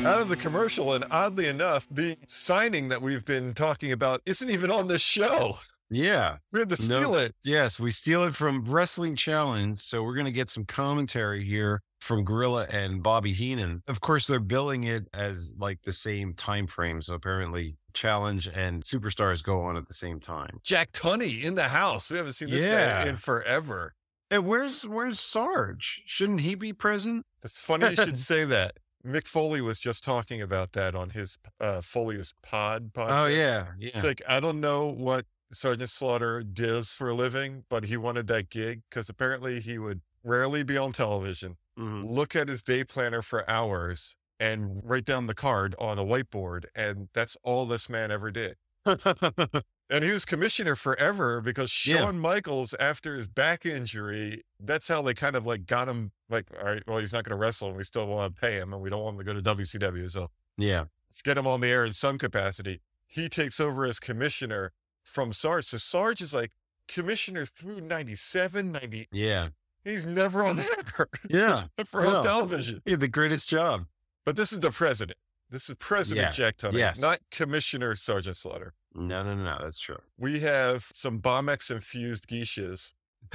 Speaker 2: Out of the commercial, and oddly enough, the signing that we've been talking about isn't even on this show.
Speaker 1: Yeah.
Speaker 2: We had to
Speaker 1: No.
Speaker 2: steal it.
Speaker 1: Yes, we steal it from Wrestling Challenge. So we're going to get some commentary here from Gorilla and Bobby Heenan. Of course, they're billing it as like the same time frame. So apparently, Challenge and Superstars go on at the same time.
Speaker 2: Jack Tunney in the house. We haven't seen this
Speaker 1: Yeah.
Speaker 2: guy in forever.
Speaker 1: And where's where's Sarge? Shouldn't he be present?
Speaker 2: That's funny you should say that. Mick Foley was just talking about that on his uh, Foley's Pod podcast.
Speaker 1: Oh yeah, yeah.
Speaker 2: It's like, I don't know what Sergeant Slaughter does for a living, but he wanted that gig because apparently he would rarely be on television,
Speaker 1: Mhm.
Speaker 2: look at his day planner for hours, and write down the card on a whiteboard. And that's all this man ever did. And he was commissioner forever because
Speaker 1: Yeah.
Speaker 2: Shawn Michaels, after his back injury, that's how they kind of like got him like, all right, well, he's not going to wrestle and we still want to pay him and we don't want him to go to WCW. So
Speaker 1: yeah.
Speaker 2: let's get him on the air in some capacity. He takes over as commissioner from Sarge. So Sarge is like commissioner through 97, 90.
Speaker 1: Yeah.
Speaker 2: He's never on air
Speaker 1: Yeah.
Speaker 2: for
Speaker 1: No.
Speaker 2: on television.
Speaker 1: yeah the greatest job.
Speaker 2: But this is the president. This is President
Speaker 1: Yeah.
Speaker 2: Jack Tunney,
Speaker 1: Yes.
Speaker 2: not Commissioner Sergeant Slaughter.
Speaker 1: No, no, no, that's true.
Speaker 2: We have some Bombex infused geishas.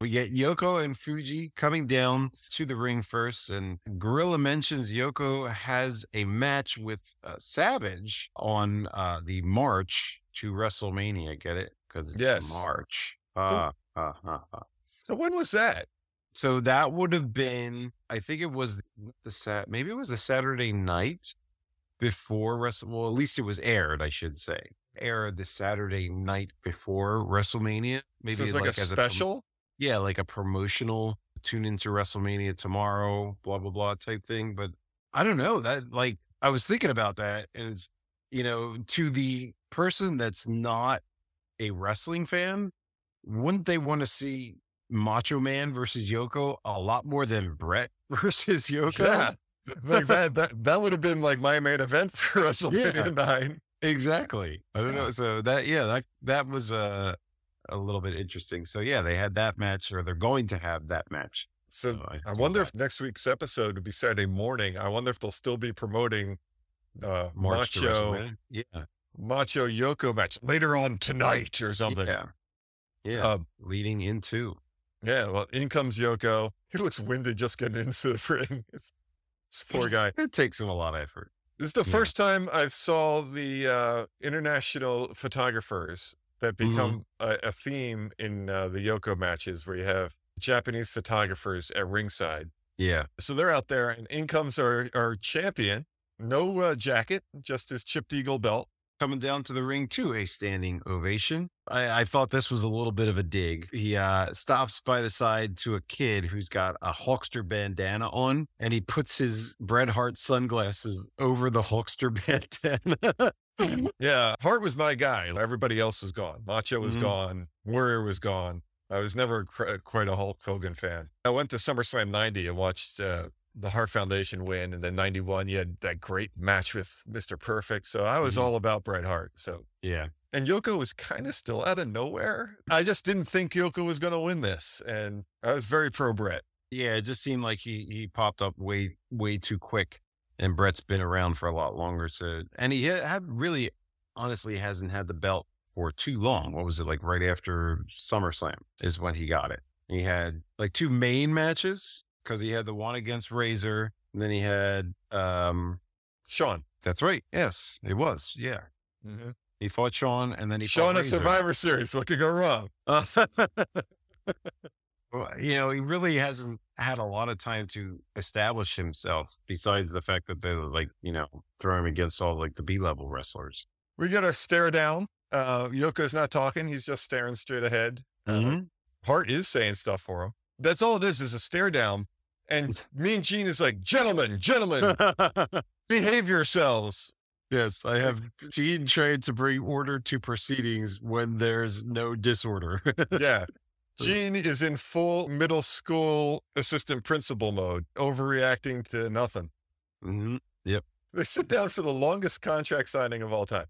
Speaker 1: we get Yoko and Fuji coming down to the ring first, and Gorilla mentions Yoko has a match with uh, Savage on uh, the March to WrestleMania. Get it? Because it's
Speaker 2: Yes.
Speaker 1: March. Ah, ah, ah, ah.
Speaker 2: So when was that?
Speaker 1: So that would have been, I think it was the sat, maybe it was the Saturday night before Wrestle. Well, at least it was aired, I should say. Aired the Saturday night before WrestleMania. Maybe
Speaker 2: so it's like, a
Speaker 1: as prom-
Speaker 2: special.
Speaker 1: yeah, like a promotional tune into WrestleMania tomorrow, blah blah blah type thing. But I don't know that. Like I was thinking about that, and it's you know to the person that's not a wrestling fan, wouldn't they want to see Macho Man versus Yoko a lot more than Brett versus Yoko?
Speaker 2: Yeah. like that, that that would have been like my main event for WrestleMania
Speaker 1: Yeah.
Speaker 2: nine.
Speaker 1: Exactly. I don't know. So that yeah, that that was a a little bit interesting. So yeah, they had that match, or they're going to have that match.
Speaker 2: So
Speaker 1: So
Speaker 2: I
Speaker 1: do
Speaker 2: wonder
Speaker 1: that.
Speaker 2: if next week's episode would be Saturday morning. I wonder if they'll still be promoting uh,
Speaker 1: March to
Speaker 2: Macho
Speaker 1: WrestleMania. Yeah.
Speaker 2: Macho Yoko match later on tonight or something.
Speaker 1: Yeah. Yeah.
Speaker 2: Um,
Speaker 1: Leading into.
Speaker 2: yeah. Well, in comes Yoko. He looks winded just getting into the ring. It's, this poor guy.
Speaker 1: It takes him a lot of effort.
Speaker 2: This is the
Speaker 1: Yeah.
Speaker 2: first time I saw the uh, international photographers that
Speaker 1: Mhm.
Speaker 2: become a, a theme in uh, the Yoko matches, where you have Japanese photographers at ringside.
Speaker 1: Yeah.
Speaker 2: So they're out there, and in comes our, our champion. No uh, jacket, just his chipped eagle belt.
Speaker 1: Coming down to the ring to a standing ovation. I, I thought this was a little bit of a dig. He uh, stops by the side to a kid who's got a Hulkster bandana on, and he puts his Bret Hart sunglasses over the Hulkster bandana.
Speaker 2: Yeah, Hart was my guy. Everybody else was gone. Macho was
Speaker 1: Mhm.
Speaker 2: gone. Warrior was gone. I was never cr- quite a Hulk Hogan fan. I went to SummerSlam 90 and watched uh, the Hart Foundation win. And then 91, you had that great match with Mr. Perfect. So I was
Speaker 1: Mhm.
Speaker 2: all about Bret Hart. So,
Speaker 1: yeah.
Speaker 2: and Yoko was kind of still out of nowhere. I just didn't think Yoko was going to win this. And I was very pro Bret.
Speaker 1: Yeah. It just seemed like he, he popped up way, way too quick. And Brett's been around for a lot longer. So, and he ha- had really, honestly, hasn't had the belt for too long. What was it like right after SummerSlam is when he got it. He had like two main matches because he had the one against Razor. And then he had, um,
Speaker 2: Sean.
Speaker 1: that's right. Yes, it was. Yeah. He fought Sean and then he
Speaker 2: Sean
Speaker 1: fought
Speaker 2: at
Speaker 1: Razor.
Speaker 2: Survivor Series. What could go wrong?
Speaker 1: Uh, well, you know, he really hasn't had a lot of time to establish himself besides the fact that they're like, you know, throwing him against all like the B level wrestlers.
Speaker 2: We got our stare down. Uh, Yoko's not talking. He's just staring straight ahead.
Speaker 1: Mm-hmm.
Speaker 2: Hart is saying stuff for him. That's all it is, is a stare down. And me and Gene is like, gentlemen, gentlemen, behave yourselves.
Speaker 1: Yes, I have Gene trained to bring order to proceedings when there's no disorder.
Speaker 2: yeah. Gene is in full middle school assistant principal mode, overreacting to nothing.
Speaker 1: Mhm.
Speaker 2: They sit down for the longest contract signing of all time.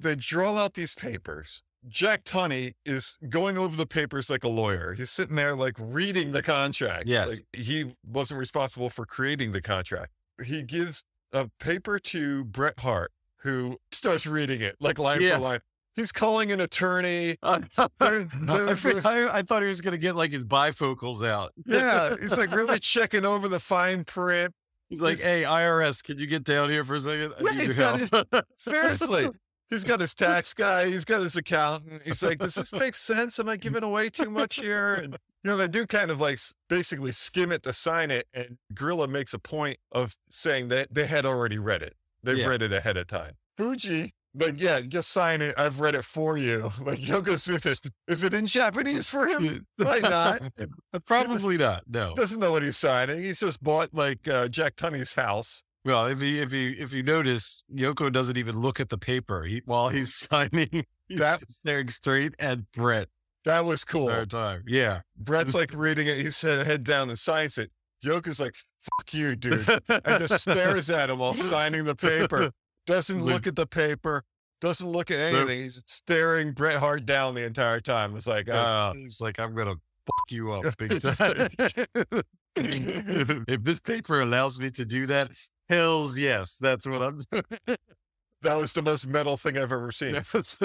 Speaker 2: they draw out these papers. Jack Tunney is going over the papers like a lawyer. He's sitting there like reading the contract.
Speaker 1: Yes.
Speaker 2: Like, he wasn't responsible for creating the contract. He gives a paper to Bret Hart, who starts reading it like line
Speaker 1: Yeah.
Speaker 2: for line. He's calling an attorney. There- there-
Speaker 1: I, fr- I- I thought he was going to get like his bifocals out.
Speaker 2: yeah. He's like really checking over the fine print.
Speaker 1: He's like,
Speaker 2: He's-
Speaker 1: "Hey, IRS, can you get down here for a second? I
Speaker 2: Yeah,
Speaker 1: need
Speaker 2: he's
Speaker 1: your help."
Speaker 2: Seriously. He's got his tax guy. He's got his accountant. He's like, does this make sense? Am I giving away too much here? And, you know, they do kind of like s- basically skim it to sign it. And Gorilla makes a point of saying that they had already read it. They've
Speaker 1: Yeah.
Speaker 2: read it ahead of time. Fuji, like, yeah, just sign it. I've read it for you. Like, Yoko Smith is, is it in Japanese for him? Why not?
Speaker 1: Oh. Uh, Probably not. No.
Speaker 2: Doesn't know what he's signing. He's just bought like uh, Jack Tunney's house.
Speaker 1: Well, if you if you if you notice, Yoko doesn't even look at the paper he, while he's signing. He's
Speaker 2: That-
Speaker 1: just staring straight at Brett
Speaker 2: That was
Speaker 1: the
Speaker 2: cool.
Speaker 1: entire time. Yeah.
Speaker 2: Brett's like reading it. He's head, head down and signs it. Yoko's like, fuck you, dude. And just stares at him while signing the paper. Doesn't look at the paper. Doesn't look at anything. He's staring Bret Hart down the entire time. It's like, uh,
Speaker 1: Uh, he's like, I'm gonna fuck you up big time. if this paper allows me to do that, hells yes, that's what I'm doing.
Speaker 2: that was the most metal thing I've ever seen.
Speaker 1: That's-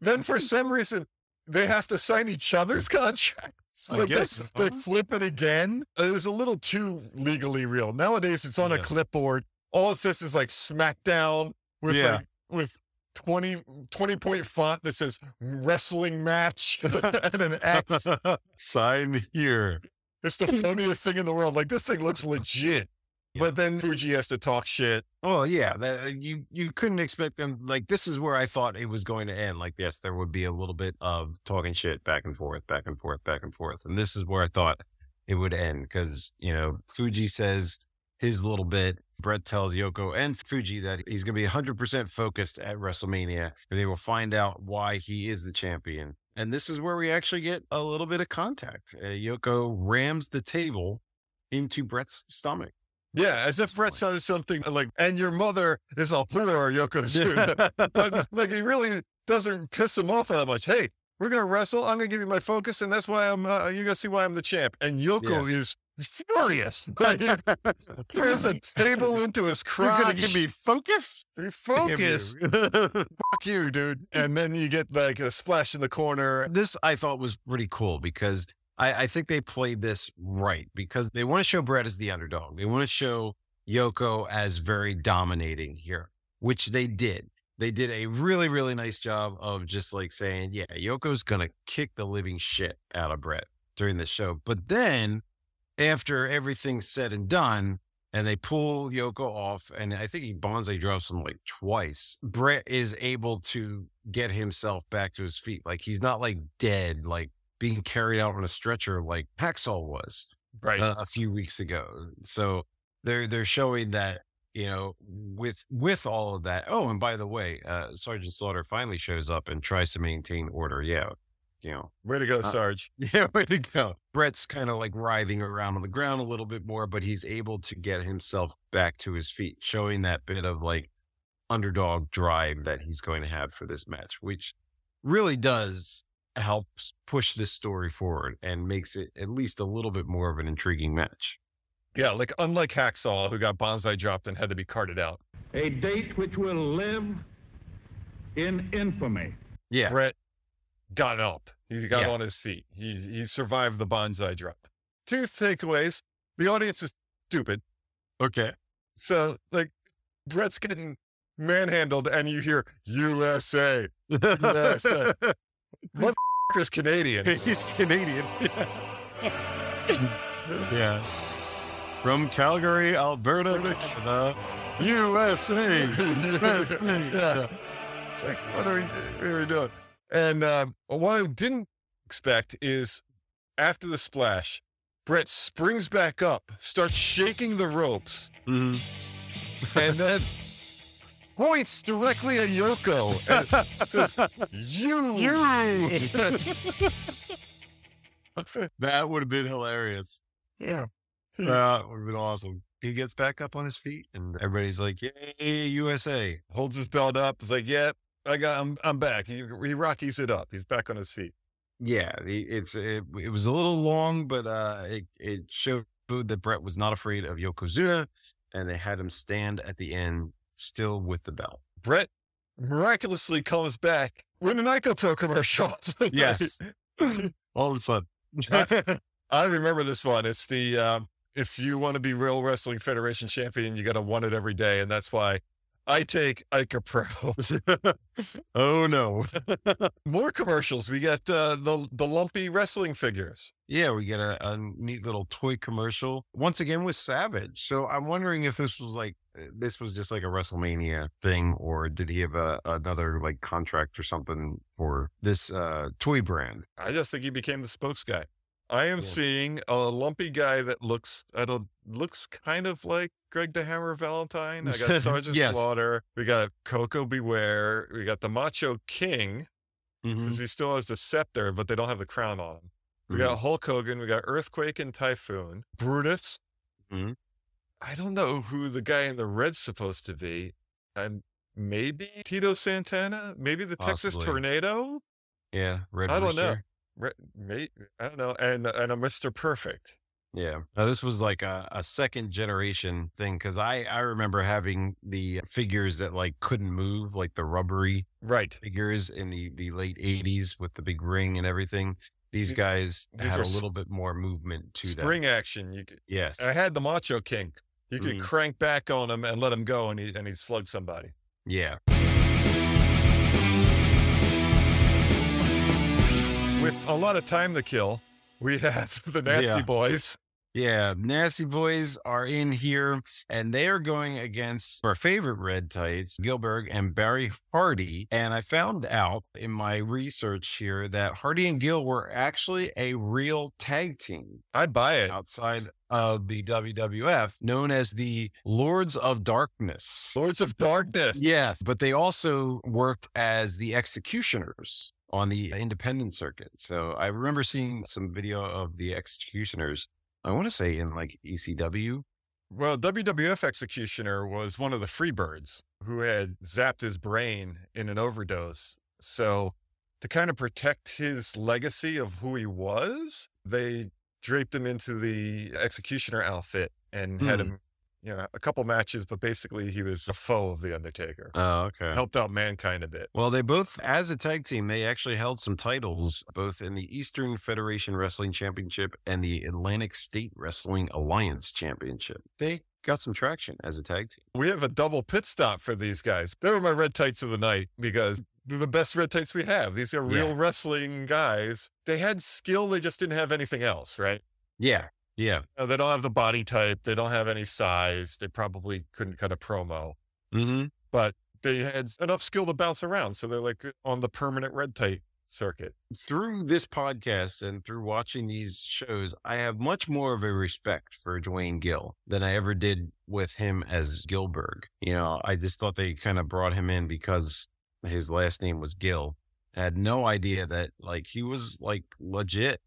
Speaker 2: Then for some reason, they have to sign each other's contracts.
Speaker 1: I
Speaker 2: Like,
Speaker 1: guess
Speaker 2: that's-
Speaker 1: so.
Speaker 2: They flip it again. It was a little too legally real. Nowadays, it's on a
Speaker 1: Yeah.
Speaker 2: clipboard. All it says is like SmackDown with
Speaker 1: Yeah.
Speaker 2: like, with 20, 20 point font that says wrestling match and an X.
Speaker 1: Sign here.
Speaker 2: It's the funniest thing in the world. Like this thing looks legit. But then Fuji has to talk shit.
Speaker 1: Well, Oh, yeah, that, uh, you you couldn't expect them. Like this is where I thought it was going to end. Like yes, there would be a little bit of talking shit back and forth, back and forth, back and forth, and this is where I thought it would end because you know Fuji says his little bit. Brett tells Yoko and Fuji that he's going to be 100% focused at WrestleMania. And they will find out why he is the champion. And this is where we actually get a little bit of contact. Uh, Yoko rams the table into Brett's stomach.
Speaker 2: Yeah, as if Brett said something like, and your mother is a winner, Yoko. Shino." but like he really doesn't piss him off that much. Hey, we're gonna wrestle. I'm gonna give you my focus, and that's why I'm. Uh, you gonna see why I'm the champ. And Yoko is furious. Like, he throws a table into his crotch.
Speaker 1: You're gonna give me
Speaker 2: focus? Focus. Fuck you, dude. And then you get like a splash in the corner.
Speaker 1: this I thought was pretty cool because I, I think they played this right because they want to show Brett as the underdog. They want to show Yoko as very dominating here, which they did. They did a really, really nice job of just like saying, yeah, Yoko's going to kick the living shit out of Brett during the show. But then after everything's said and done, and they pull Yoko off, and I think he Bonze drops him like twice. Brett is able to get himself back to his feet. Like he's not like dead, like being carried out on a stretcher like Paxol was
Speaker 2: Right.
Speaker 1: uh, a few weeks ago. So they're they're showing that you know with with all of that. Oh, and by the way, uh, Sergeant Slaughter finally shows up and tries to maintain order. Yeah, you know
Speaker 2: Way to go,
Speaker 1: Uh
Speaker 2: Sarge.
Speaker 1: yeah, way to go. Brett's kind of like writhing around on the ground a little bit more, but he's able to get himself back to his feet, showing that bit of like underdog drive that he's going to have for this match, which really does help push this story forward and makes it at least a little bit more of an intriguing match.
Speaker 2: Yeah, like unlike Hacksaw, who got bonsai dropped and had to be carted out.
Speaker 8: a date which will live in infamy.
Speaker 1: Yeah.
Speaker 2: Brett got up. He got
Speaker 1: Yeah.
Speaker 2: on his feet. He he survived the bonsai drop. Two takeaways. The audience is stupid.
Speaker 1: Okay.
Speaker 2: So like Brett's getting manhandled and you hear USA. USA. Motherfucker's Canadian.
Speaker 1: he's Canadian. yeah. From Calgary, Alberta, Canada, USA.
Speaker 2: yeah. It's like, what are we, what are we doing? And uh, what I didn't expect is after the splash, Brett springs back up, starts shaking the ropes,
Speaker 1: Mhm.
Speaker 2: and then points directly at Yoko. And says, you.
Speaker 1: That would have been hilarious.
Speaker 2: Yeah.
Speaker 1: That would have been awesome. He gets back up on his feet and everybody's like, Yay, USA.
Speaker 2: Holds his belt up. He's like, yeah, I got, I'm, I'm back. He, he Rockies it up. He's back on his feet.
Speaker 1: Yeah, the- it's it, it was a little long, but uh, it it showed that Brett was not afraid of Yokozuna, and they had him stand at the end still with the belt.
Speaker 2: Brett miraculously comes back. We're in an Icopo commercial.
Speaker 1: all of a sudden.
Speaker 2: I, I remember this one. It's the um, if you want to be real wrestling federation champion, you got to want it every day, and that's why I take Ica Pro.
Speaker 1: Oh no!
Speaker 2: More commercials. We got uh, the the lumpy wrestling figures.
Speaker 1: Yeah, we get a, a neat little toy commercial once again with Savage. So I'm wondering if this was like uh, this was just like a WrestleMania thing, or did he have a, another like contract or something for this uh, toy brand?
Speaker 2: I just think he became the spokes guy. I am
Speaker 1: Yeah.
Speaker 2: seeing a lumpy guy that looks I don't looks kind of like Greg the Hammer Valentine. I got Sergeant
Speaker 1: Yes.
Speaker 2: Slaughter. We got Coco Beware. We got the Macho King.
Speaker 1: Mhm.
Speaker 2: because he still has the scepter, but they don't have the crown on him. We got
Speaker 1: Mm.
Speaker 2: Hulk Hogan, we got Earthquake and Typhoon, Brutus.
Speaker 1: Mhm.
Speaker 2: I don't know who the guy in the red's supposed to be. I'm maybe Tito Santana, maybe the Texas
Speaker 1: Possibly.
Speaker 2: Tornado.
Speaker 1: Yeah, Red
Speaker 2: I don't know.
Speaker 1: Rooster.
Speaker 2: Re- may- I don't know, and and a Mr. Perfect.
Speaker 1: Yeah. Now, this was like a, a second generation thing because I, I remember having the figures that like couldn't move, like the rubbery
Speaker 2: Right.
Speaker 1: figures in the, the late 80s with the big ring and everything. These,
Speaker 2: These-
Speaker 1: guys
Speaker 2: these
Speaker 1: had
Speaker 2: were
Speaker 1: a
Speaker 2: s-
Speaker 1: little bit more movement to them.
Speaker 2: Spring action. You could,
Speaker 1: Yes.
Speaker 2: I had the Macho King. You could
Speaker 1: Mhm.
Speaker 2: crank back on him and let him go, and he and he'd slug somebody.
Speaker 1: yeah.
Speaker 2: With a lot of time to kill, we have the Nasty
Speaker 1: Yeah.
Speaker 2: Boys.
Speaker 1: Yeah. Nasty Boys are in here and they are going against our favorite red tights, Gilbert and Barry Hardy. And I found out in my research here that Hardy and Gil were actually a real tag team.
Speaker 2: I buy it.
Speaker 1: outside of the WWF known as the Lords of Darkness.
Speaker 2: Lords of Darkness.
Speaker 1: Yes, but they also worked as the executioners on the independent circuit. So I remember seeing some video of the executioners. I want to say in like E ECW.
Speaker 2: Well, WWF Executioner was one of the Freebirds who had zapped his brain in an overdose. So, to kind of protect his legacy of who he was, they draped him into the Executioner outfit and had
Speaker 1: Hmm.
Speaker 2: him, you know, a couple matches, but basically he was a foe of The Undertaker.
Speaker 1: Oh, okay.
Speaker 2: Helped out mankind a bit.
Speaker 1: Well, they both, as a tag team, they actually held some titles both in the Eastern Federation Wrestling Championship and the Atlantic State Wrestling Alliance Championship. They got some traction as a tag team.
Speaker 2: We have a double pit stop for these guys. They were my red tights of the night because they're the best red tights we have. These are real
Speaker 1: Yeah.
Speaker 2: wrestling guys. They had skill, they just didn't have anything else, right?
Speaker 1: Yeah. Yeah.
Speaker 2: Uh, they don't have the body type, they don't have any size. They probably couldn't cut a promo,
Speaker 1: Mm-hmm.
Speaker 2: but they had enough skill to bounce around. So they're like on the permanent red tight circuit.
Speaker 1: Through this podcast and through watching these shows, I have much more of a respect for Dwayne Gill than I ever did with him as Gilberg. You know, I just thought they kind of brought him in because his last name was Gill. I had no idea that like he was like legit,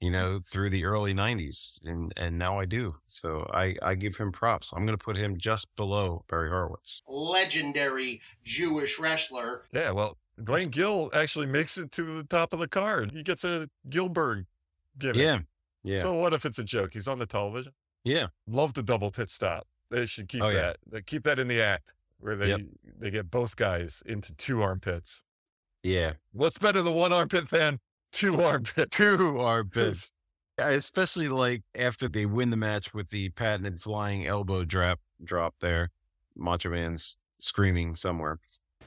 Speaker 1: you know, through the early '90s, and and now I do. So I I give him props. I'm gonna put him just below Barry Horowitz.
Speaker 7: Legendary Jewish wrestler.
Speaker 2: Yeah, well, Dwayne Gill actually makes it to the top of the card. He gets a Gilbert gimmick.
Speaker 1: Yeah, yeah.
Speaker 2: So what if it's a joke? He's on the television.
Speaker 1: Yeah.
Speaker 2: Love the double pit stop. They should keep
Speaker 1: Oh, yeah.
Speaker 2: that. They keep that in the act where they
Speaker 1: Yep.
Speaker 2: they get both guys into two armpits.
Speaker 1: yeah.
Speaker 2: What's better than one armpit than two armpit?
Speaker 1: Two armpits. Yeah, Especially like after they win the match with the patented flying elbow drop drop there. Macho Man's screaming somewhere.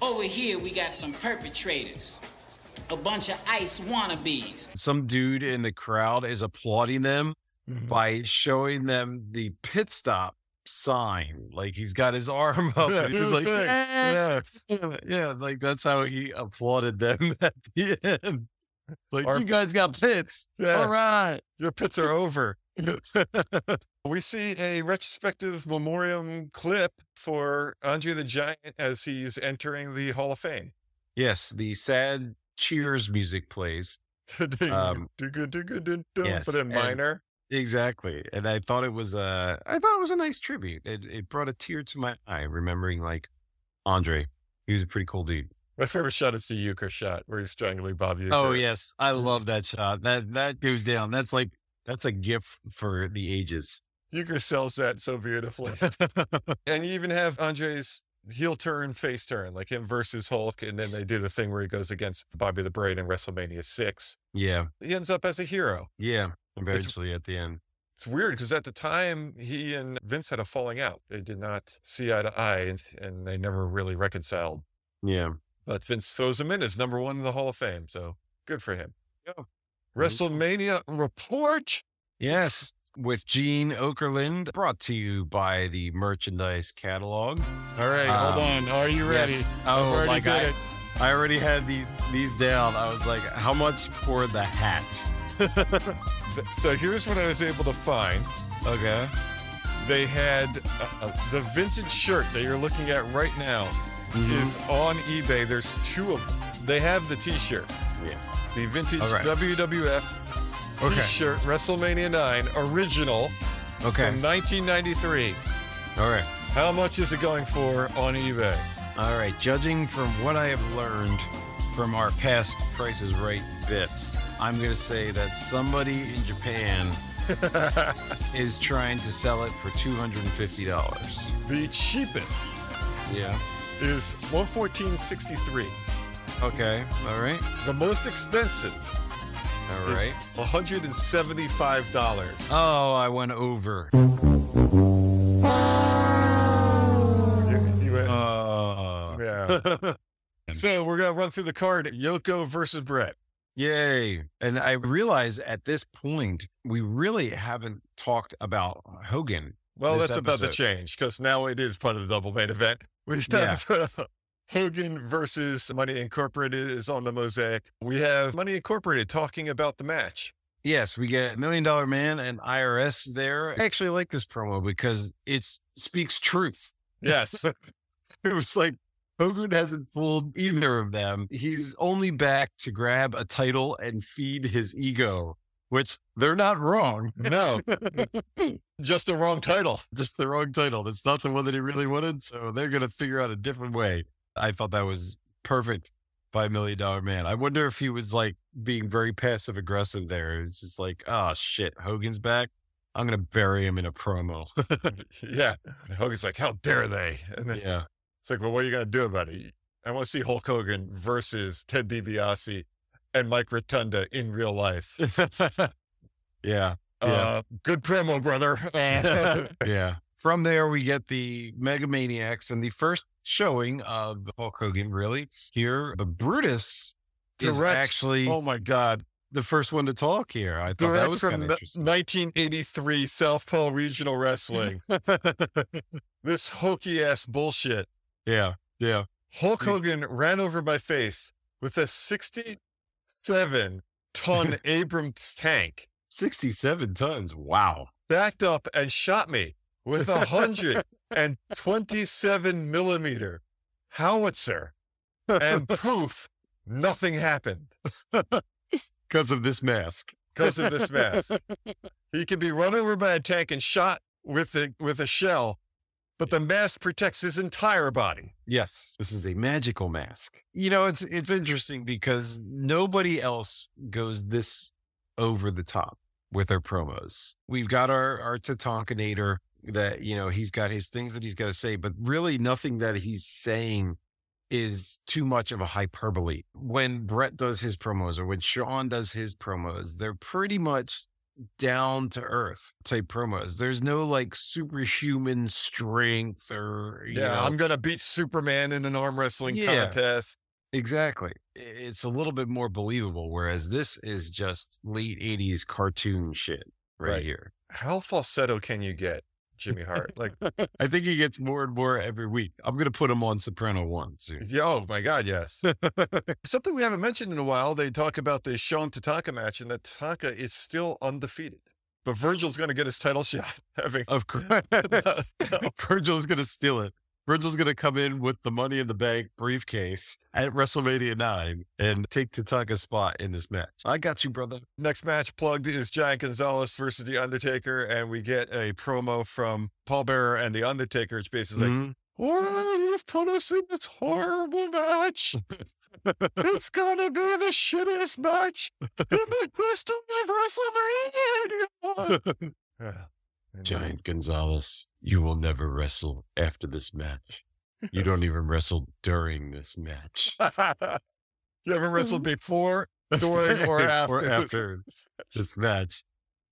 Speaker 9: Over here, we got some perpetrators, a bunch of ICE wannabes.
Speaker 1: Some dude in the crowd is applauding them by showing them the pit stop sign. Like he's got his arm up.
Speaker 2: Yeah,
Speaker 1: and
Speaker 2: do
Speaker 1: he's
Speaker 2: the
Speaker 1: like,
Speaker 2: thing.
Speaker 1: "Yeah."
Speaker 2: Yeah.
Speaker 1: yeah, like that's how he applauded them at the end. Like
Speaker 2: Arm-
Speaker 1: you guys got pits.
Speaker 2: Yeah.
Speaker 1: All right.
Speaker 2: Your pits are over. we see a retrospective memoriam clip for Andre the Giant as he's entering the Hall of Fame.
Speaker 1: Yes, the sad cheers music plays. Um, yes,
Speaker 2: but in
Speaker 1: and-
Speaker 2: minor.
Speaker 1: Exactly. And I thought it was a, I thought it was a nice tribute. It, it brought a tear to my eye, remembering like Andre. He was a pretty cool dude.
Speaker 2: My favorite shot is the euchre shot where he's strangling Bob Euchre.
Speaker 1: Oh yes, I love that shot. That that goes down. That's like that's a gift for the ages.
Speaker 2: Euchre sells that so beautifully. and you even have Andre's heel turn, face turn, like him versus Hulk. And then they do the thing where he goes against Bobby the Brain in WrestleMania 6.
Speaker 1: Yeah,
Speaker 2: He ends up as a hero.
Speaker 1: yeah. Eventually, at the end,
Speaker 2: It's weird because at the time, he and Vince had a falling out. They did not see eye to eye and, and they never really reconciled.
Speaker 1: yeah.
Speaker 2: But Vince throws him in as number one in the Hall of Fame. So good for him. WrestleMania report.
Speaker 1: Yes, with Gene Okerlund, brought to you by the merchandise catalog.
Speaker 2: All right, hold on. Are you ready?
Speaker 1: yes.
Speaker 2: I've
Speaker 1: Oh,
Speaker 2: already
Speaker 1: like
Speaker 2: did
Speaker 1: I-
Speaker 2: it.
Speaker 1: I already had these these down. I was like, how much for the hat?
Speaker 2: Th- So here's what I was able to find.
Speaker 1: Okay.
Speaker 2: They had uh, uh, the vintage shirt that you're looking at right now
Speaker 1: Mm-hmm.
Speaker 2: is on eBay. There's two of them. They have the T-shirt.
Speaker 1: Yeah.
Speaker 2: The vintage
Speaker 1: All right.
Speaker 2: WWF
Speaker 1: Okay.
Speaker 2: T-shirt WrestleMania 9 original
Speaker 1: Okay.
Speaker 2: from 1993.
Speaker 1: All right.
Speaker 2: How much is it going for on eBay?
Speaker 1: All right. Judging from what I have learned from our past prices right bits, I'm gonna say that somebody in Japan is trying to sell it for two hundred and fifty dollars.
Speaker 2: The cheapest
Speaker 1: Yeah.
Speaker 2: is 114.63.
Speaker 1: Okay. All right.
Speaker 2: The most expensive
Speaker 1: All
Speaker 2: is
Speaker 1: right.
Speaker 2: $175.
Speaker 1: Oh, I went over.
Speaker 2: You- you went-
Speaker 1: Oh, Uh,
Speaker 2: Yeah. so we're gonna run through the card: Yoko versus Brett.
Speaker 1: yay. And I realize at this point, we really haven't talked about Hogan.
Speaker 2: Well,
Speaker 1: This
Speaker 2: that's about to
Speaker 1: episode.
Speaker 2: change because now it is part of the double main event. We
Speaker 1: Yeah.
Speaker 2: have uh, Hogan versus Money Incorporated is on the mosaic. We have Money Incorporated talking about the match.
Speaker 1: Yes, we get Million Dollar Man and IRS there. I actually like this promo because it speaks truth.
Speaker 2: Yes,
Speaker 1: It was like Hogan hasn't fooled either of them. He's only back to grab a title and feed his ego, which they're not wrong.
Speaker 2: no, just the wrong title.
Speaker 1: just the wrong title. That's not the one that he really wanted. So they're going to figure out a different way. I thought that was perfect by Million Dollar Man. I wonder if he was like being very passive aggressive there. It's just like, oh shit, Hogan's back. I'm going to bury him in a promo.
Speaker 2: yeah, and Hogan's like, "How dare they?" And then
Speaker 1: yeah.
Speaker 2: it's like, "Well, what are you gonna do about it?" I want to see Hulk Hogan versus Ted DiBiase and Mike Rotunda in real life.
Speaker 1: Yeah.
Speaker 2: Uh, good promo, brother.
Speaker 1: Yeah. From there, we get the Mega Maniacs and the first showing of Hulk Hogan, really, here. But Brutus is
Speaker 2: Direct-
Speaker 1: actually
Speaker 2: oh my God.
Speaker 1: the first one to talk here. I thought that
Speaker 2: Direct
Speaker 1: was
Speaker 2: from
Speaker 1: kind of
Speaker 2: the-
Speaker 1: interesting.
Speaker 2: 1983 South Pole Regional Wrestling. this hokey ass bullshit.
Speaker 1: Yeah, yeah.
Speaker 2: Hulk Hogan ran over my face with a 67 ton Abrams tank,
Speaker 1: 67 tons. Wow.
Speaker 2: backed up and shot me with a 127 millimeter howitzer. And poof, nothing happened.
Speaker 1: Because of this mask.
Speaker 2: because of this mask. he can be run over by a tank and shot with a with a shell, but the mask protects his entire body.
Speaker 1: Yes. This is a magical mask. You know, it's it's interesting because nobody else goes this over the top with our promos. We've got our our Tatonkinator that, you know, he's got his things that he's got to say, but really nothing that he's saying is too much of a hyperbole. When Brett does his promos or when Sean does his promos, they're pretty much down to earth type promos. There's no like superhuman strength or you
Speaker 2: Yeah,
Speaker 1: know,
Speaker 2: I'm gonna beat Superman in an arm wrestling
Speaker 1: Yeah.
Speaker 2: contest.
Speaker 1: Exactly. I- It's a little bit more believable, whereas this is just late 80s cartoon shit right,
Speaker 2: Right.
Speaker 1: here.
Speaker 2: How falsetto can you get, Jimmy Hart? Like,
Speaker 1: I think he gets more and more every week. I'm going to put him on Soprano 1 soon.
Speaker 2: yeah, oh my God, yes. Something we haven't mentioned in a while. They talk about the Sean Tatanka match, and that Tatanka is still undefeated. But Virgil's going to get his title shot. Having
Speaker 1: Of course. Virgil's going to steal it. Virgil's going to come in with the money in the bank briefcase at WrestleMania 9 and take Tataka's spot in this match. I got you, brother.
Speaker 2: next match plugged is Giant Gonzalez versus The Undertaker, and we get a promo from Paul Bearer and The Undertaker. It's basically like,
Speaker 1: Mhm.
Speaker 2: "Oh, you've put us in this horrible match. it's gonna be the shittiest match in the history of WrestleMania." Yeah. And
Speaker 1: Giant Gonzalez, you will never wrestle after this match. You don't even wrestle during this match.
Speaker 2: you haven't wrestled before, during, or after.
Speaker 1: after this match.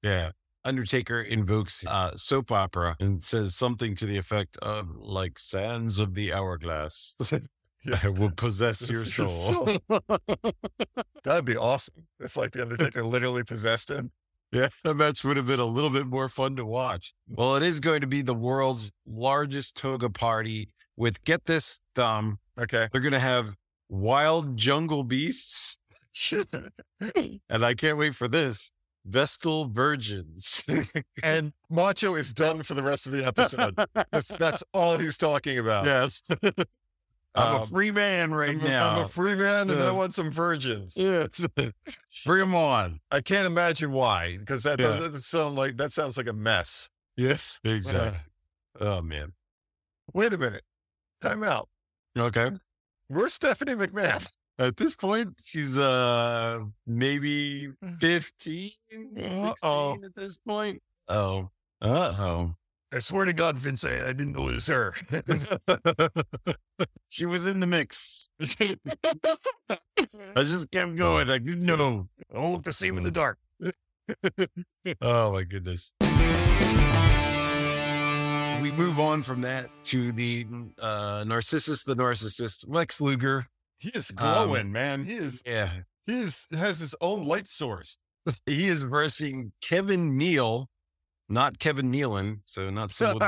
Speaker 1: Yeah. Undertaker invokes uh, soap opera and says something to the effect of, like, sands of the hourglass.
Speaker 2: Yeah.
Speaker 1: I will possess your
Speaker 2: This is your
Speaker 1: soul.
Speaker 2: That'd be awesome if, like, the Undertaker literally possessed him.
Speaker 1: Yeah, that match would have been a little bit more fun to watch. Well, it is going to be the world's largest toga party with get this, Dom.
Speaker 2: Okay.
Speaker 1: They're going to have wild jungle beasts, and I can't wait for this. Vestal virgins.
Speaker 2: and Macho is done for the rest of the episode. That's, that's all he's talking about.
Speaker 1: yes. I'm a
Speaker 2: Um,
Speaker 1: free man right
Speaker 2: I'm, a-
Speaker 1: now.
Speaker 2: I'm a free man and I
Speaker 1: Yeah.
Speaker 2: want some virgins.
Speaker 1: yes. Bring 'em on.
Speaker 2: I can't imagine why, because that
Speaker 1: Yeah.
Speaker 2: doesn't sound like that sounds like a mess.
Speaker 1: Yes. Exactly.
Speaker 2: Uh,
Speaker 1: oh, man.
Speaker 2: wait a minute. Time out.
Speaker 1: Okay.
Speaker 2: Where's Stephanie McMahon?
Speaker 1: At this point, she's uh maybe
Speaker 2: Mm.
Speaker 1: 15, 16
Speaker 2: Uh-oh.
Speaker 1: at this point. Oh. Uh-oh.
Speaker 3: I swear to God, Vince, I, I didn't know it was her.
Speaker 1: she was in the mix. I just kept going. Like, no.
Speaker 3: I don't look the same in the dark.
Speaker 1: Oh my goodness. We move on from that to the uh, Narcissus the Narcissist, Lex Luger.
Speaker 2: He is
Speaker 1: Um,
Speaker 2: glowing, man. He is
Speaker 1: Yeah.
Speaker 2: he is, has his own light source.
Speaker 1: He is versing Kevin Neal, not Kevin Nealon. So, not someone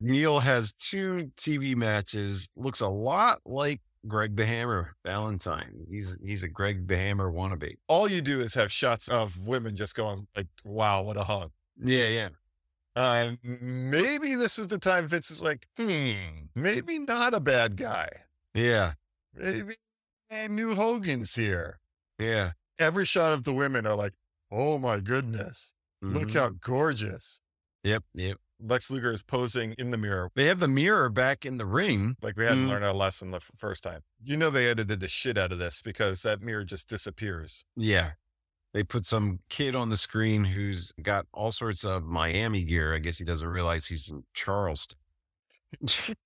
Speaker 1: Neil has two TV matches. Looks a lot like Greg the Hammer Valentine. He's he's a Greg the Hammer wannabe.
Speaker 2: all you do is have shots of women just going like, "Wow, what a hug."
Speaker 1: Yeah, yeah.
Speaker 2: Uh, maybe this is the time Vince is like, "Hmm, maybe not a bad guy.
Speaker 1: Yeah.
Speaker 2: Maybe eh, New Hogan's here."
Speaker 1: Yeah.
Speaker 2: Every shot of the women are like, "Oh my goodness, look
Speaker 1: Mhm.
Speaker 2: how gorgeous."
Speaker 1: Yep. Yep.
Speaker 2: Lex Luger is posing in the mirror
Speaker 1: They have the mirror back in the ring.
Speaker 2: like we hadn't
Speaker 1: Mm.
Speaker 2: learned our lesson the f- first time. You know they edited the shit out of this because that mirror just disappears.
Speaker 1: Yeah. They put some kid on the screen who's got all sorts of Miami gear. I guess he doesn't realize he's in Charleston.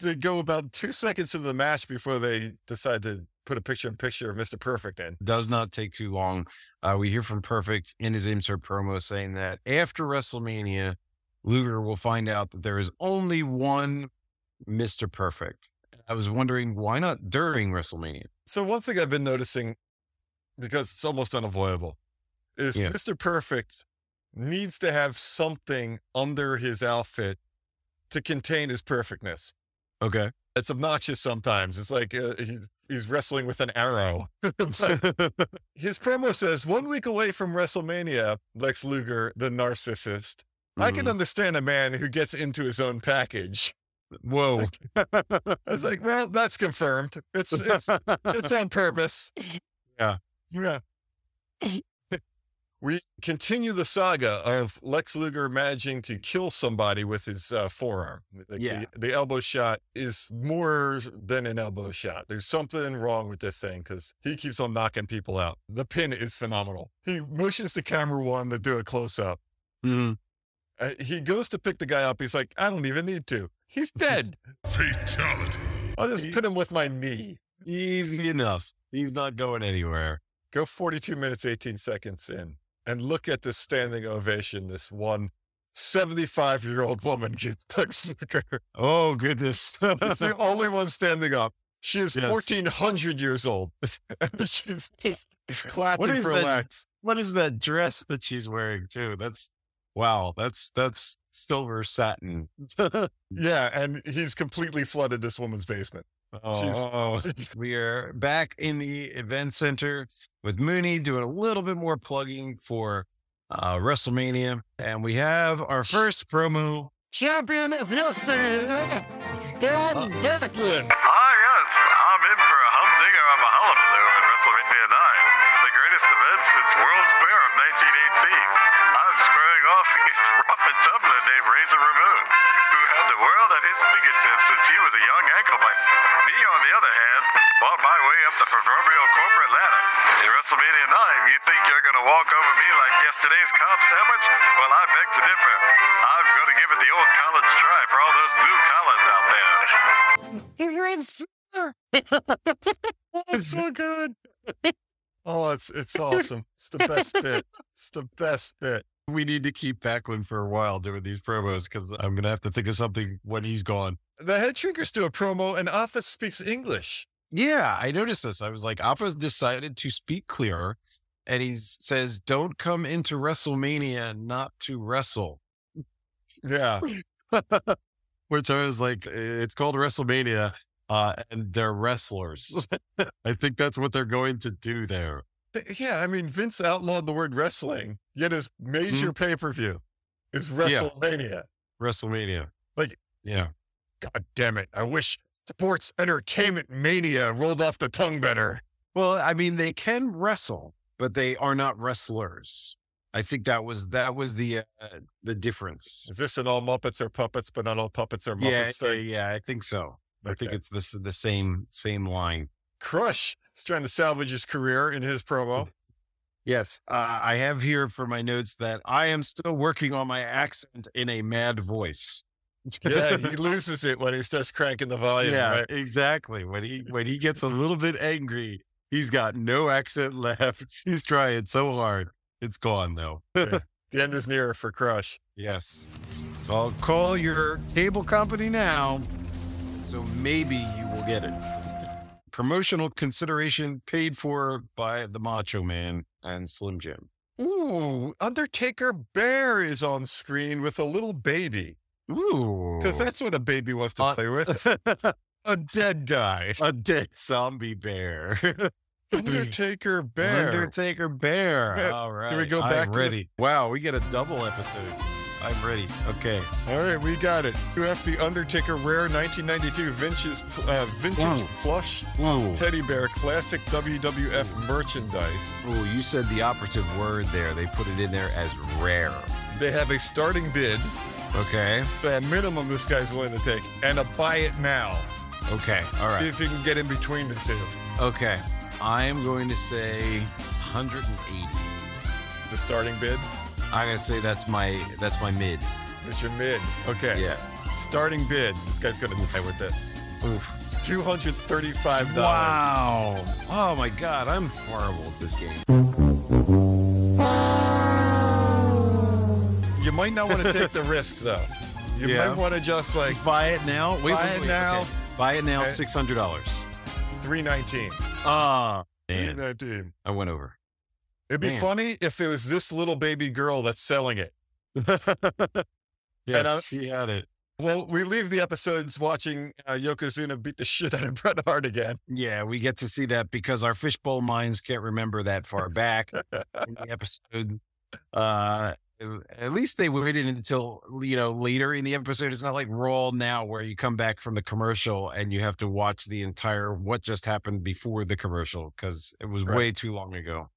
Speaker 2: They go about two seconds into the match before they decide to put a picture in picture of Mr. Perfect in.
Speaker 1: does not take too long. Uh, we hear from Perfect in his insert promo saying that after WrestleMania, Luger will find out that there is only one Mr. Perfect. I was wondering why not during WrestleMania?
Speaker 2: So one thing I've been noticing, because it's almost unavoidable, is
Speaker 1: Yeah.
Speaker 2: Mr. Perfect needs to have something under his outfit to contain his perfectness.
Speaker 1: Okay.
Speaker 2: It's obnoxious sometimes. It's like uh, he's, he's wrestling with an arrow. his promo says, "One week away from WrestleMania, Lex Luger, the narcissist." I
Speaker 1: Mm-hmm.
Speaker 2: can understand a man who gets into his own package.
Speaker 1: Whoa.
Speaker 2: I was like, well, that's confirmed. It's it's it's on purpose.
Speaker 1: Yeah.
Speaker 2: Yeah. We continue the saga of Lex Luger managing to kill somebody with his uh, forearm. Like,
Speaker 1: Yeah.
Speaker 2: The, the elbow shot is more than an elbow shot. There's something wrong with this thing because he keeps on knocking people out. The pin is phenomenal. He motions the camera one to do a close up.
Speaker 1: Mhm.
Speaker 2: he goes to pick the guy up. He's like, I don't even need to. He's dead.
Speaker 6: Fatality.
Speaker 2: I'll just pin him with my knee.
Speaker 1: Easy enough. He's not going anywhere.
Speaker 2: go 42 minutes 18 seconds in and look at this standing ovation this one 75 year old woman gets Lex Luger.
Speaker 1: Oh, goodness.
Speaker 2: It's the only one standing up she is
Speaker 1: Yes.
Speaker 2: 1400 years old she's clapping
Speaker 1: is
Speaker 2: for
Speaker 1: that-
Speaker 2: Lex
Speaker 1: what is that dress that she's wearing, too? That's wow. That's that's silver satin.
Speaker 2: yeah and he's completely flooded this woman's basement
Speaker 1: Oh, we are back in the event center with Mooney doing a little bit more plugging for uh, WrestleMania. And we have our first promo. Uh,
Speaker 10: Champion of yesterday, Dan Devikin.
Speaker 11: Ah, yes. I'm in for a humdinger of a hullabaloo at WrestleMania 9, the greatest event since World's Fair of 1918. I'm squaring off against Rough and Tumbler named Razor Ramon, who had the world at his fingertips since he was a young ankle bite. Me, on the other hand, fought my way up the proverbial corporate ladder. In WrestleMania 9, you think you're going to walk over me like yesterday's Cobb sandwich? Well, I beg to differ. I'm going to give it the old college try for all those blue collars out there.
Speaker 10: You're in.
Speaker 2: It's so good. Oh, it's it's awesome. It's the best bit. It's the best bit.
Speaker 1: We need to keep Backlund for a while doing these promos because I'm going to have to think of something when he's gone.
Speaker 2: The head shrinkers do a promo, and Atha speaks English.
Speaker 1: Yeah, I noticed this. I was like, Alpha's decided to speak clearer. And he says, don't come into WrestleMania not to wrestle.
Speaker 2: Yeah,
Speaker 1: Which I was like, it's called WrestleMania uh, and they're wrestlers. I think that's what they're going to do there.
Speaker 2: Th- yeah. I mean, Vince outlawed the word wrestling, yet his
Speaker 1: Mm-hmm.
Speaker 2: major pay per view is WrestleMania.
Speaker 1: WrestleMania.
Speaker 2: Like-
Speaker 1: yeah.
Speaker 2: God damn it! I wish sports entertainment mania rolled off the tongue better.
Speaker 1: Well, I mean, they can wrestle, but they are not wrestlers. I think that was that was the uh, the difference.
Speaker 2: Is this an all Muppets are puppets, but not all puppets are Muppets
Speaker 1: Yeah, yeah,
Speaker 2: thing?
Speaker 1: yeah, I think so. I think
Speaker 2: Okay.
Speaker 1: it's this the same same line.
Speaker 2: Crush is trying to salvage his career in his promo.
Speaker 1: Yes, uh, I have here for my notes that I am still working on my accent in a mad voice.
Speaker 2: yeah, he loses it when he starts cranking the volume.
Speaker 1: yeah,
Speaker 2: right?
Speaker 1: exactly. When he when he gets a little bit angry, he's got no accent left. He's trying so hard. It's gone though.
Speaker 2: The end is near for Crush.
Speaker 1: Yes. I'll call your cable company now. So maybe you will get it. Promotional consideration paid for by the Macho Man and Slim Jim.
Speaker 2: Ooh, Undertaker Bear is on screen with a little baby.
Speaker 1: Ooh.
Speaker 2: Because that's what a baby wants to
Speaker 1: Uh,
Speaker 2: play with. a dead guy.
Speaker 1: a dead zombie bear.
Speaker 2: Undertaker Bear.
Speaker 1: Undertaker Bear.
Speaker 2: Yeah.
Speaker 1: All right.
Speaker 2: Do we go back to
Speaker 1: I'm
Speaker 2: this?
Speaker 1: ready. Wow, we get a double episode. I'm ready. Okay.
Speaker 2: All right, we got it. You have the Undertaker Rare 1992 vintage, uh, vintage
Speaker 1: Wow.
Speaker 2: plush
Speaker 1: Whoa.
Speaker 2: teddy bear classic WWF merchandise.
Speaker 1: Oh, you said the operative word there. They put it in there as rare.
Speaker 2: They have a starting bid,
Speaker 1: Okay.
Speaker 2: so at minimum this guy's willing to take, and a buy it now.
Speaker 1: Okay. All right.
Speaker 2: See if you can get in between the two.
Speaker 1: Okay. I'm going to say 180.
Speaker 2: The starting bid
Speaker 1: I'm gonna say that's my that's my mid.
Speaker 2: is your mid. Okay.
Speaker 1: Yeah.
Speaker 2: Starting bid. This guy's gonna die with this.
Speaker 1: Oof.
Speaker 2: Two hundred thirty-five dollars.
Speaker 1: Wow. Oh my god, I'm horrible at this game.
Speaker 2: You might not want to take the risk though. You
Speaker 1: Yeah.
Speaker 2: might want to just like
Speaker 1: Buy it now. Wait,
Speaker 2: Buy
Speaker 1: wait,
Speaker 2: it
Speaker 1: wait.
Speaker 2: now.
Speaker 1: Okay. Buy it now.
Speaker 2: Okay.
Speaker 1: Six hundred dollars.
Speaker 2: three nineteen.
Speaker 1: Ah.
Speaker 2: Three
Speaker 1: Man,
Speaker 2: nineteen.
Speaker 1: I went over.
Speaker 2: It'd be
Speaker 1: Man.
Speaker 2: funny if it was this little baby girl that's selling it.
Speaker 1: Yes,
Speaker 2: I-
Speaker 1: she had it.
Speaker 2: Well, we leave the episodes watching uh, Yokozuna beat the shit out of Bret Hart again.
Speaker 1: Yeah, we get to see that because our fishbowl minds can't remember that far back in the episode. Uh, at least they waited until you know later in the episode. It's not like Raw now, where you come back from the commercial and you have to watch the entire what just happened before the commercial because it was
Speaker 2: Right.
Speaker 1: way too long ago.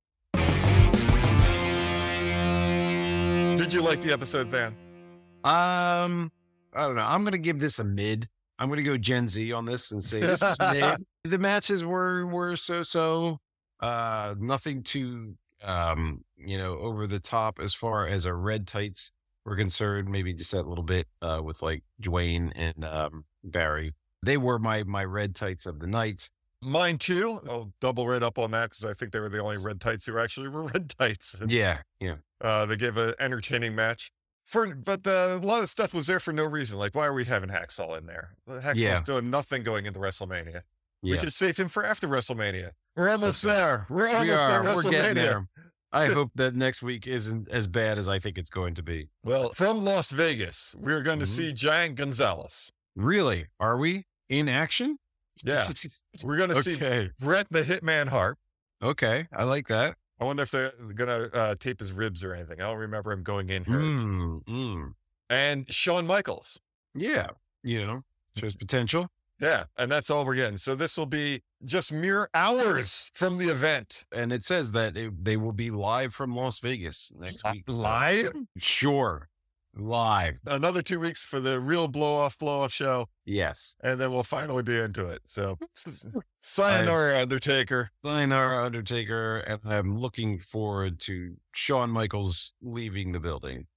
Speaker 2: Did you like the episode, Than?
Speaker 1: Um, I don't know. I'm gonna give this a mid. I'm gonna go Gen Z on this and say this was mid. The matches were were so so. Uh, nothing too um you know over the top as far as our red tights were concerned. Maybe just that little bit uh with like Dwayne and um Barry. They were my my red tights of the night.
Speaker 2: Mine too. I'll double red up on that because I think they were the only red tights who actually were red tights. And,
Speaker 1: Yeah, yeah.
Speaker 2: Uh, they gave an entertaining match. For but uh, a lot of stuff was there for no reason. Like why are we having Hacksaw in there? Uh, Hacksaw's
Speaker 1: Yeah.
Speaker 2: doing nothing going into WrestleMania. We
Speaker 1: Yeah.
Speaker 2: could save him for after WrestleMania. We're almost
Speaker 1: That's right.
Speaker 2: there. We're almost
Speaker 1: We are.
Speaker 2: there.
Speaker 1: We're getting
Speaker 2: WrestleMania.
Speaker 1: there. I hope that next week isn't as bad as I think it's going to be.
Speaker 2: Well, from Las Vegas, we're going to
Speaker 1: Mhm.
Speaker 2: see Giant Gonzalez.
Speaker 1: Really? Are we in action?
Speaker 2: Yeah. We're going to see
Speaker 1: okay.
Speaker 2: Brett the Hitman Hart.
Speaker 1: Okay, I like that.
Speaker 2: I wonder if they're gonna uh, tape his ribs or anything. I don't remember him going in here.
Speaker 1: Mm, mm.
Speaker 2: And Shawn Michaels.
Speaker 1: Yeah. You know, shows potential.
Speaker 2: Yeah, and that's all we're getting. So this will be just mere hours from the event.
Speaker 1: And it says that it, they will be live from Las Vegas next week. so-
Speaker 2: Live.
Speaker 1: Sure. Live.
Speaker 2: Another two weeks for the real blow off blow off show,
Speaker 1: Yes.
Speaker 2: and then we'll finally be into it. So sayonara, Undertaker.
Speaker 1: Sayonara, Undertaker. And I'm looking forward to Shawn Michaels leaving the building.